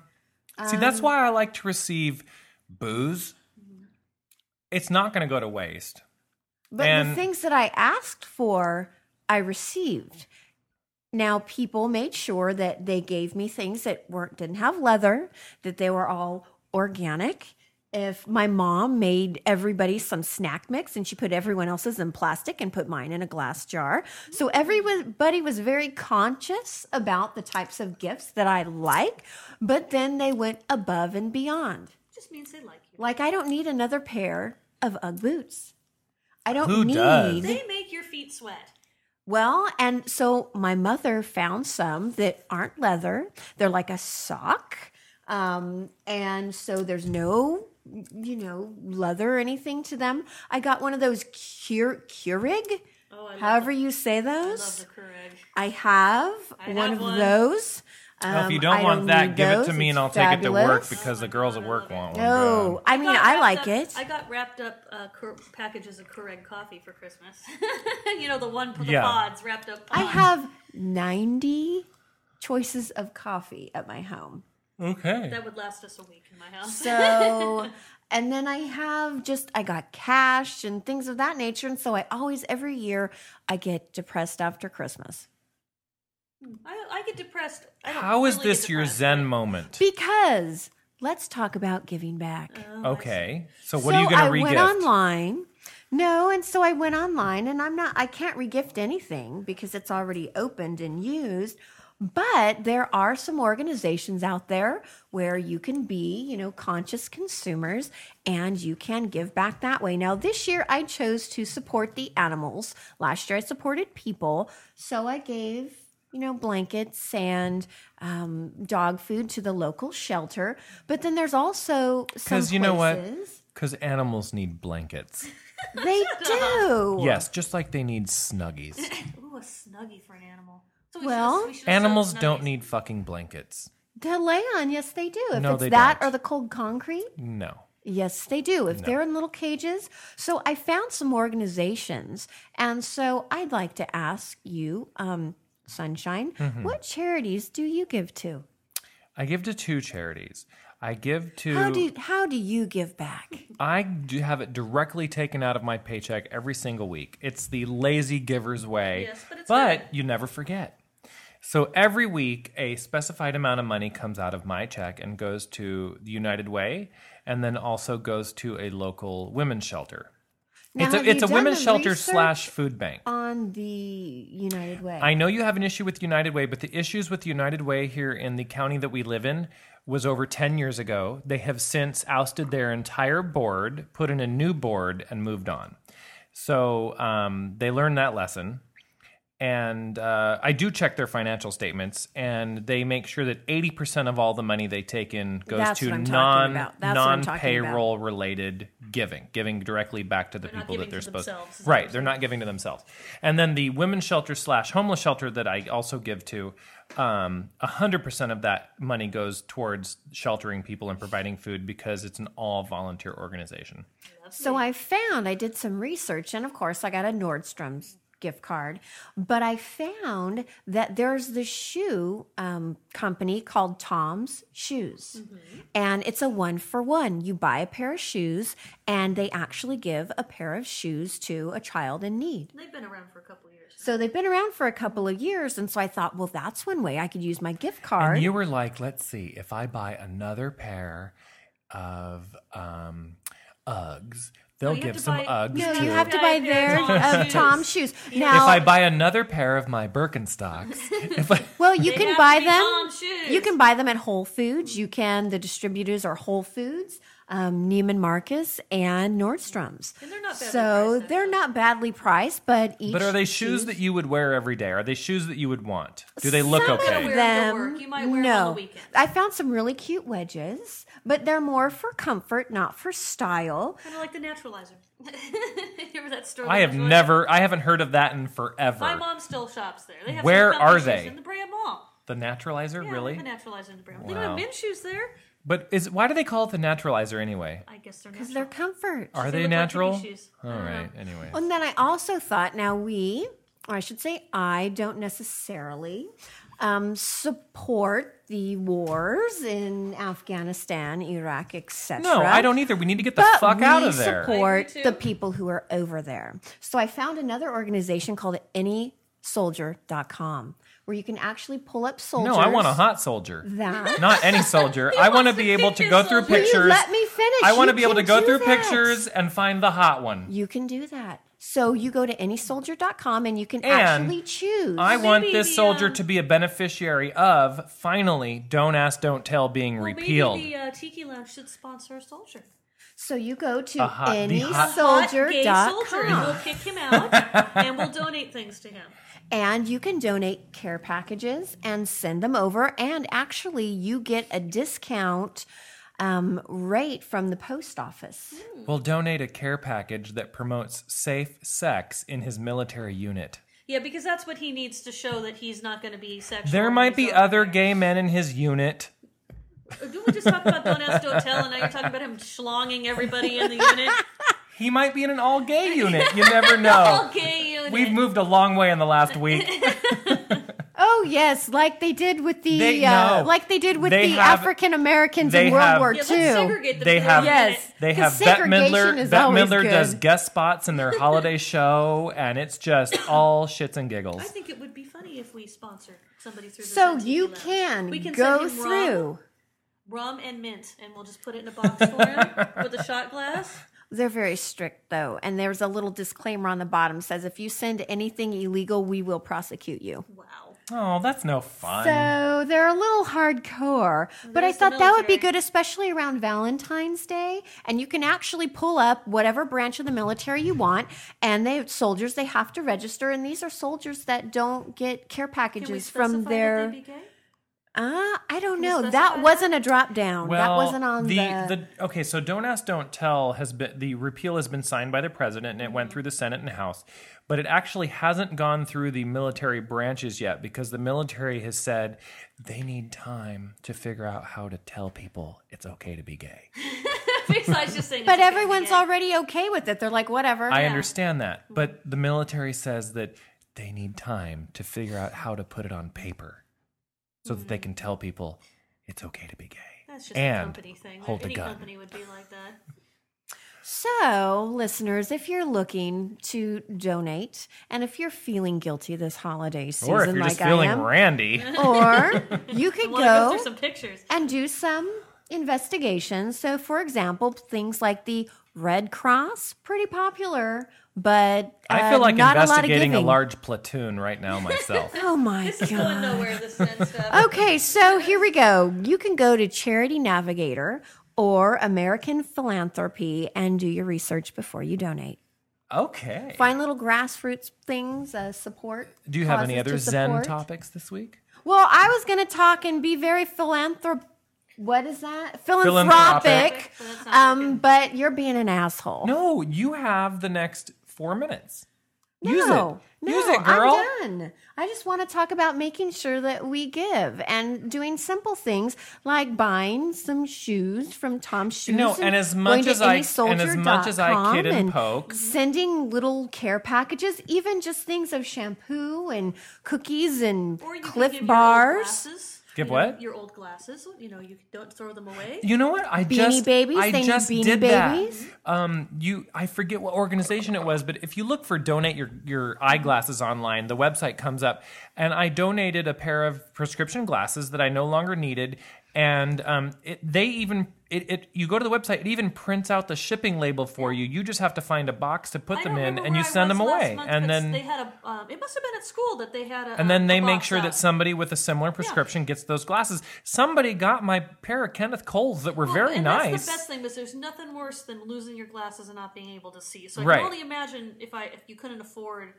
See, Um, that's why I like to receive booze. Mm-hmm. It's not going to go to waste. But And- the things that I asked for, I received. Now, people made sure that they gave me things that weren't didn't have leather, that they were all organic. If my mom made everybody some snack mix and she put everyone else's in plastic and put mine in a glass jar. So everybody was very conscious about the types of gifts that I like, but then they went above and beyond. just means they like you. Like I don't need another pair of UGG boots. I don't Who need. does? They make your feet sweat. Well, and so my mother found some that aren't leather. They're like a sock. Um, and so there's no, you know, leather or anything to them. I got one of those Keur- Keurig, Oh, I love, however you say I love those. the courage. I have I one have of one. those. Now, if Um, you don't I want that, need give it to those. me and It's I'll take it to work fabulous. because uh, the girls at work want one. No, I mean, got I wrapped like up- it. I got wrapped up uh, cor- packages of Keurig coffee for Christmas. you know the one for the Yeah. pods wrapped up. I pods. have 90 choices of coffee at my home. God. Okay. that would last us a week in my house. So, and then I have just, I got cash and things of that nature. And so I always, every year, I get depressed after Christmas I, I get depressed. I don't How is really get this your depressed. Zen moment? because let's talk about giving back. Okay. So what so are you going I to regift? went online. No, and so I went online, and I'm not. I can't regift anything because it's already opened and used. But there are some organizations out there where you can be, you know, conscious consumers and you can give back that way. Now, this year I chose to support the animals. Last year I supported people. So I gave, you know, blankets and um, dog food to the local shelter. But then there's also some Because you know what? places- Because animals need blankets. They do. Yes, just like they need snuggies. Ooh, a snuggie for an animal. So we Well, should've- we should've sold Animals Snuggies. don't need fucking blankets. To lay on, yes, they do. If No, it's they that don't. or the cold concrete, No. yes, they do. If they're in little cages. So I found some organizations. And so I'd like to ask you, um, Sunshine, Mm-hmm. what charities do you give to? I give to two charities. I give to. How do, how do you give back? I do have it directly taken out of my paycheck every single week. It's the lazy giver's way. Yes, but it's good. you never forget. So every week, a specified amount of money comes out of my check and goes to the United Way, and then also goes to a local women's shelter. Now, it's a, have you it's a done women's the shelter research slash food bank. On the United Way. I know you have an issue with United Way, but the issues with United Way here in the county that we live in was over 10 years ago. They have since ousted their entire board, put in a new board, and moved on. So um, they learned that lesson. And uh, I do check their financial statements, and they make sure that 80% of all the money they take in goes That's to what I'm talking non, about. That's what I'm talking about. non-payroll related giving, giving directly back to the They're not people that giving they're to supposed themselves, is what right they're not giving to themselves and then the women's shelter slash homeless shelter that i also give to um, 100% of that money goes towards sheltering people and providing food because it's an all volunteer organization So I found, I did some research, and of course, I got a Nordstrom's gift card. But I found that there's this shoe um, company called Tom's Shoes, and it's a one for one. You buy a pair of shoes, and they actually give a pair of shoes to a child in need. They've been around for a couple of years. So they've been around for a couple of years, and so I thought, well, that's one way I could use my gift card. you were like let's see if i buy another pair of um, uggs they'll Oh, you have give to some buy- uggs no, to you have to buy Yeah, pair their of uh, Tom's Tom's shoes. if Now, i buy another pair of my birkenstocks if I, well, you They can have buy to be them. Tom's shoes. You can buy them at Whole Foods. You can. The distributors are Whole Foods, um, Neiman Marcus, and Nordstrom's. And they're not badly so priced, they're actually. not badly priced, but each. But are they shoes that you would wear every day? Are they shoes that you would want? Do they look Some okay? Of Wear 'em them, for work. You might wear 'em on no. the weekend. I found some really cute wedges, but they're more for comfort, not for style. Kind of like the naturalizer. you remember that store? I that have was- never, I haven't heard of that in forever. My mom still shops there. They have Where some are competitions they? In the Brea Mall. the naturalizer, Yeah, really? They have a naturalizer in the Brea Mall. They don't Wow. have men's shoes there. but is why do they call it the naturalizer anyway? I guess they're Because natural. they're comfort. Are They they, look like natural? hippie shoes. I All don't know. right. Anyway, And then I also thought, now we, or I should say, I don't necessarily um, support the wars in Afghanistan, Iraq, etc. no, I don't either. We need to get the But fuck we out of there. support too. the people who are over there. So I found another organization called AnySoldier.com where you can actually pull up soldiers. no, I want a hot soldier, that. not any soldier. I want to wants be to able kick to his go through soldier. Will Will you pictures. let me finish. I want to You be able to can go do through that. pictures and find the hot one. You can do that. So you go to anysoldier.com and you can And actually choose. I want maybe this the, soldier um, to be a beneficiary of finally "Don't ask, don't tell" being Well, repealed. Maybe the uh, Tiki Lounge should sponsor a soldier. So you go to A hot- the hot- Gay soldier, and we'll anysoldier.com kick him out, and we'll donate things to him. and you can donate care packages and send them over. And actually, you get a discount um, rate from the post office. um, will donate a care package that promotes safe sex in his military unit. Yeah, because that's what he needs to show that he's not going to be sexual. There when might he's be out other there. gay men in his unit. Didn't we just talk about Uh, Don't Ask, Don't Tell, and now you're talking about him schlonging everybody in the unit? He might be in an all gay unit. You never know. All gay unit. Oh. We've moved a long way in the last week. Oh yes, like they did with the They- uh, no. like they did with They the have- African Americans they in World have- War yeah, let's II. segregate them They to the have- unit. Yes. They 'Cause have Bette segregation Midler. is Bette always Midler good. does guest spots in their holiday show, and it's just all shits and I giggles. think it would be funny if we sponsored somebody through this So on TV you Lounge. can, we can go send him rum, through. rum and mint, and we'll just put it in a box for him with a shot glass. They're very strict though, and there's a little disclaimer on the bottom says if you send anything illegal, we will prosecute you. Wow. Oh, that's no fun. So they're a little hardcore, but I There's the thought that would be military. good, especially around Valentine's Day. And you can actually pull up whatever branch of the military you want. And they soldiers they have to register, and these are soldiers that don't get care Can we packages specify from that their. they be gay? Uh, I don't we know. specify That that? wasn't a drop down. well, that wasn't on the. the okay. So don't ask, don't tell has been the repeal has been signed by the president and it went through the Senate and House, but it actually hasn't gone through the military branches yet because the military has said they need time to figure out how to tell people it's okay to be gay. Besides just saying. but it's okay to be everyone's gay. already okay with it. They're like, whatever. I understand that, but the military says that they need time to figure out how to put it on paper so that they can tell people it's okay to be gay. That's just and a company thing. Hold the Any gun. company would be like that. So, listeners, if you're looking to donate, and if you're feeling guilty this holiday season, Or if you're like just feeling I am, randy. or you I could want to go go through some pictures. and do some investigation. So, for example, things like the Red Cross, pretty popular, but I feel uh, like not investigating a, lot of a, giving. large platoon right now myself. Oh my This is god. going nowhere. This Zen stuff. Okay, so here we go. You can go to Charity Navigator or American Philanthropy and do your research before you donate. okay. find little grassroots things uh, support Eh. Do you have any causes to other Zen support. topics this week? well i was going to talk and be very philanthrop what is that Philanthropic. philanthropic, But that's not um, but you're being an asshole No, you have the next four minutes. No, Use it. no, Use it, girl. I'm done. I just want to talk about making sure that we give and doing simple things like buying some shoes from Tom's Shoes. No, and as much going to as I- anysoldier.com and as much as I kid and poke. sending little care packages, even just things of shampoo and cookies and Or you could Cliff give your old bars. glasses, Give you know, what? Your old glasses. You know, you don't throw them away. You know what? I just Babies? I They need just Beanie did Babies? that. Um, you, I forget what organization it was, but if you look for donate your your eyeglasses online, the website comes up, and I donated a pair of prescription glasses that I no longer needed, and um, it, they even. It, it you go to the website it even prints out the shipping label for you you just have to find a box to put I them don't in remember and you where I send was them last away month, and but then they had a. Um, it must have been at school that they had a. and then um, they a make box sure that out. somebody with a similar prescription gets those glasses somebody got my pair of Kenneth Coles that were Well, very and nice That's the best thing, because there's nothing worse than losing your glasses and not being able to see. So I Right. can only imagine if I if you couldn't afford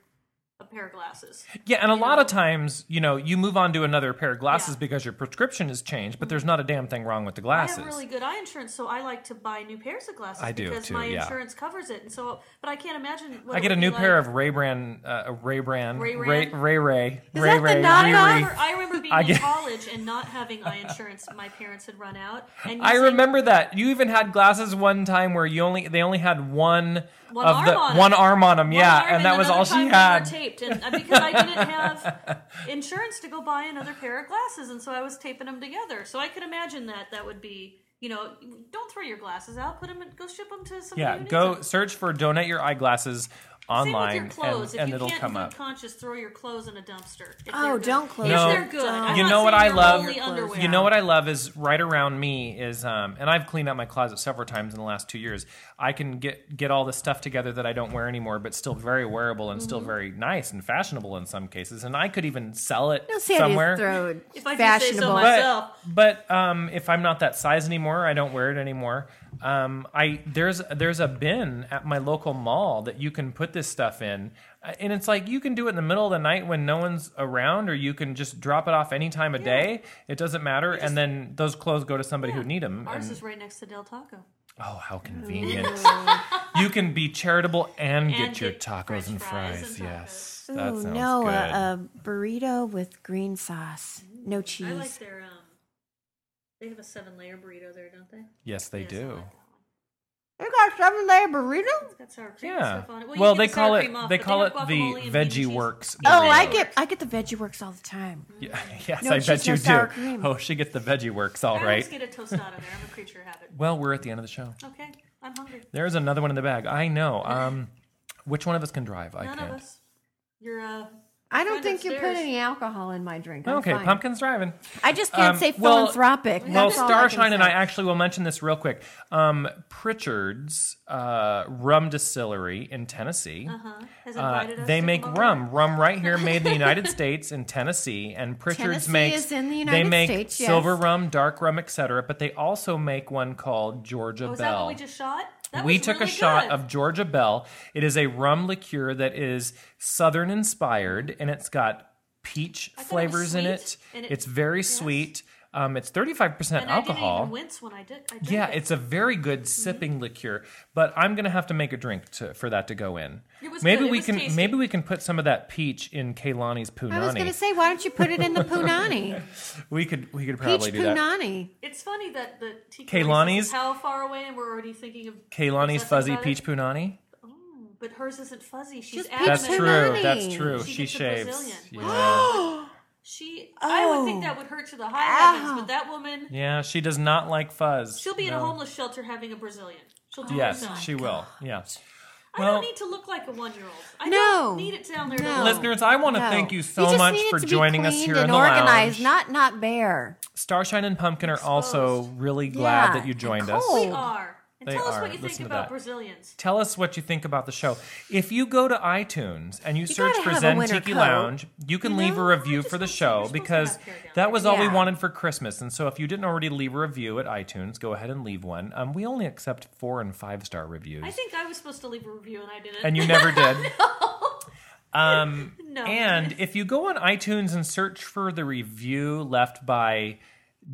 a pair of glasses. Yeah, and a lot of times, you know, you move on to another pair of glasses because your prescription has changed, but there's not a damn thing wrong with the glasses. I have really good eye insurance, so I like to buy new pairs of glasses. I do, because too, my yeah. insurance covers it, and so but I can't imagine. What I it get a would new be pair like. of Ray Bran, uh, Ray Bran, Ray Ray Ray Ran? Ray Ray Is Ray that the knockoff? Ray. Ray, Ray. I remember, I remember being I in get- college and not having eye insurance. My parents had run out, and you I said- remember that you even had glasses one time where you only they only had one, One of arm the on 'em. one arm on them, one yeah, arm and that was another all she time we were had. Taped, and uh, because I didn't have insurance to go buy another pair of glasses, and so I was taping them together. So I could imagine that that would be, you know, don't throw your glasses out. Put them, in, go ship them to somebody. yeah, who needs go them. search for donate your eyeglasses Same with online, your clothes. and, and if you it'll can't come be up. conscious, throw your clothes in a dumpster. If Oh, they're good. don't close If No. they're good, I'm you not know what saying I they're love? only Your clothes. underwear. You know what I love is right around me is, um, and I've cleaned out my closet several times in the last two years. I can get get all the stuff together that I don't wear anymore, but still very wearable and Mm-hmm. still very nice and fashionable in some cases. And I could even sell it Don't say somewhere. I didn't If throw I it do say so fashionable. myself. but but um, if I'm not that size anymore, I don't wear it anymore. Um, I there's there's a bin at my local mall that you can put this stuff in, Uh, and it's like you can do it in the middle of the night when no one's around, or you can just drop it off any time of day. It doesn't matter, and then those clothes go to somebody who need them. Ours is right next to Del Taco. oh, how convenient! you can be charitable and, get And your get tacos french and fries fries. and tacos. yes, Ooh, uh, that sounds no, good. A, a burrito with green sauce, no cheese. I like their um. They have a seven-layer burrito there, don't they? yes, they Yes, I do. like that one. you got seven layer burrito. It's got sour cream and Yeah. stuff on it. Well, you can they get the sour call it cream off, they but call it have the guacamole and bean veggie cheese. works. Oh, burrito. I get I get the Veggie Works all the time. Yeah, yes, No I cheese, bet no you sour do. cream. Oh, she gets the veggie works all I always right. get a tostada there. I'm a creature of habit. Well, we're at the end of the show. Okay, I'm hungry. There's another one in the bag. I know. Um, which one of us can drive? I None can't. of us. You're uh, I don't Find think you put upstairs. any alcohol in my drink. I'm Okay, fine. pumpkin's driving. I just can't Um, say well- philanthropic. Well, That's all I can Starshine and say. I actually will mention this real quick. Um, Pritchard's uh, rum distillery in Tennessee. Uh-huh. Has uh, invited us they to make come over. rum. Rum right here made in the United States in Tennessee, and Pritchard's Tennessee makes is in the they United make States, yes. silver rum, dark rum, etc. But they also make one called Georgia Oh, is that Bell. what we just shot? That we was took really a shot good. of Georgia Bell. It is a rum liqueur that is Southern inspired, and it's got peach thought it was flavors in sweet, it. and it- It's very sweet. Um, it's thirty five percent and I didn't even alcohol. wince when I did. I drank Yeah, it. it's a very good sipping liqueur, but I'm gonna have to make a drink to, for that to go in. It was maybe good. It we was can tasty. maybe we can put some of that peach in Kaylani's punani. I was going to say, why don't you put it in the punani? we could we could Peach probably do that. punani. It's funny that the tea Kehlani's- how far away, and we're already thinking of Kaylani's Something fuzzy about it? peach punani. But hers isn't fuzzy. She's Just peach adamant. That's Punani. true. That's true. She She, gets a shaves. Brazilian, which- Yeah. She. I would think Oh. that would hurt to the high heavens, Ow. but that woman, yeah, she does not like fuzz. she'll be in a No. homeless shelter having a Brazilian. She'll do Yes, herself. she will. Yeah. I Well, don't need to look like a one-year-old. I No. don't need it down there. to No. look- listeners, I want to No. thank you You so just much need it for to be joining us cleaned here and in the organized, lounge. not not bare. Starshine and Pumpkin are also really glad Yeah, that you joined and us. cold. We are. And They tell us are. what you Listen to think about that. Brazilians. Tell us what you think about the show. If you go to iTunes and you, search gotta for have a Zen winter Tiki coat. Lounge, you can You leave a know? review I for the just show wanna say, you're supposed to because have hair down that was all we Yeah. wanted for Christmas. And so if you didn't already leave a review at iTunes, go ahead and leave one. Um, we only accept four and five star reviews. I think I was supposed to leave a review and I didn't. and you never did. Um, No. And if you go on iTunes and search for the review left by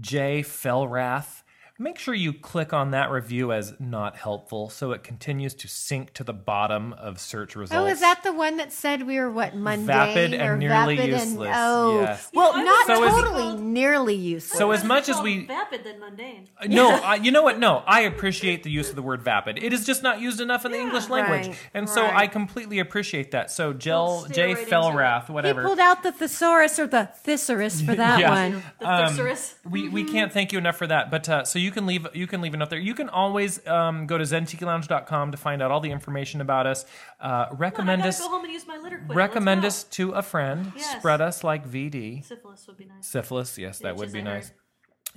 Jay Felrath, make sure you click on that review as not helpful so it continues to sink to the bottom of search results. Oh, is that the one that said we were what mundane Vapid and or nearly vapid useless, And, oh, yes. well, Yeah, I not was- So is- totally nearly useless. So I'd as rather much be as called we- vapid than mundane. Uh, No, I, you know what? No, I appreciate the use of the word vapid. It is just not used enough in the English language, Right, and so right. I completely appreciate that. So, Jill, Don't Jay stare right into Felrath, he whatever. pulled out the thesaurus or the thesaurus for that Yeah. Um, one. The thesaurus. We, Mm-hmm. we can't thank you enough for that. But uh, so you can leave you can leave enough there. You can always um, go to zentikilounge.com to find out all the information about us. Uh, Come on, recommend I us gotta go home and use my litter quick. recommend us Let's to a friend. Yes. Spread us like VD. go. Syphilis would be nice. Syphilis, yes, that Which would is be a nice. herb.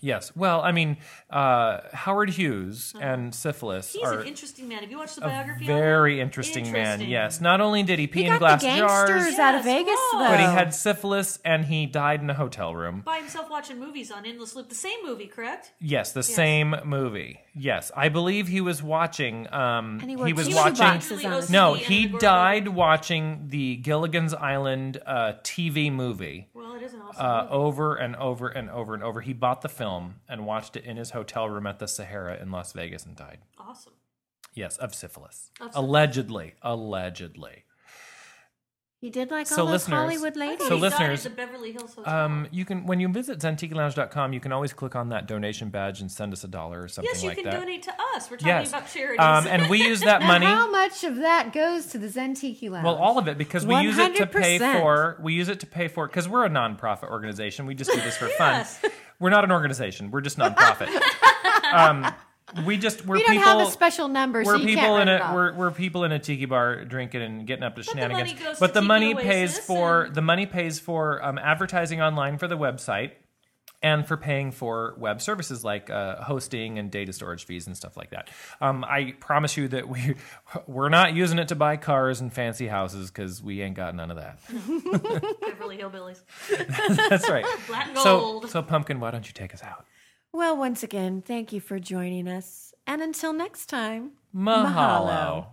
Yes. Well, I mean, uh, Howard Hughes and syphilis Uh-huh. He's are an interesting man. Have you watched the a biography? on him? very interesting, man. Interesting. Yes. Not only did he pee He in got glass the jars, gangsters out of Yes, Vegas whoa. though. but he had syphilis and he died in a hotel room. by himself watching movies on endless loop. The same movie, correct? Yes, the same movie. Yes, I believe he was watching. Um, And he, he wore was two watching. boxes Really on his OCD No, and he adorable. died watching the Gilligan's Island uh, TV movie Well, it is an awesome uh, movie. over and over and over and over. He bought the film and watched it in his hotel room at the Sahara in Las Vegas and died. Awesome. Yes, of syphilis. Of syphilis. Allegedly. Allegedly. He did like So all those listeners- Hollywood I ladies. thought So he died at listeners, the Beverly Hills Hotel. Um, you can when you visit zentikilounge.com, you can always click on that donation badge and send us a dollar or something yes, you like can that. donate to us. We're talking yes, about charities. um, and we use that Now, money. How much of that goes to the Zen Tiki Lounge? Well, all of it because we use it to pay 100%. for we use it to pay for because we're a nonprofit organization. We just do this for Yes. fun. We're not an organization. We're just nonprofit. um, we just we're we don't people. have a special number, we're so you people can't write in a it off. we're, we're people in a tiki bar drinking and getting up to the shenanigans. money goes but to the Tiki money Oasis pays for and- the money pays for um, advertising online for the website and for paying for web services like uh, hosting and data storage fees and stuff like that. Um, I promise you that we we're not using it to buy cars and fancy houses because we ain't got none of that. Beverly Hillbillies. That's right. Black and so gold. so pumpkin, why don't you take us out? Well, once again, thank you for joining us. And until next time, Mahalo.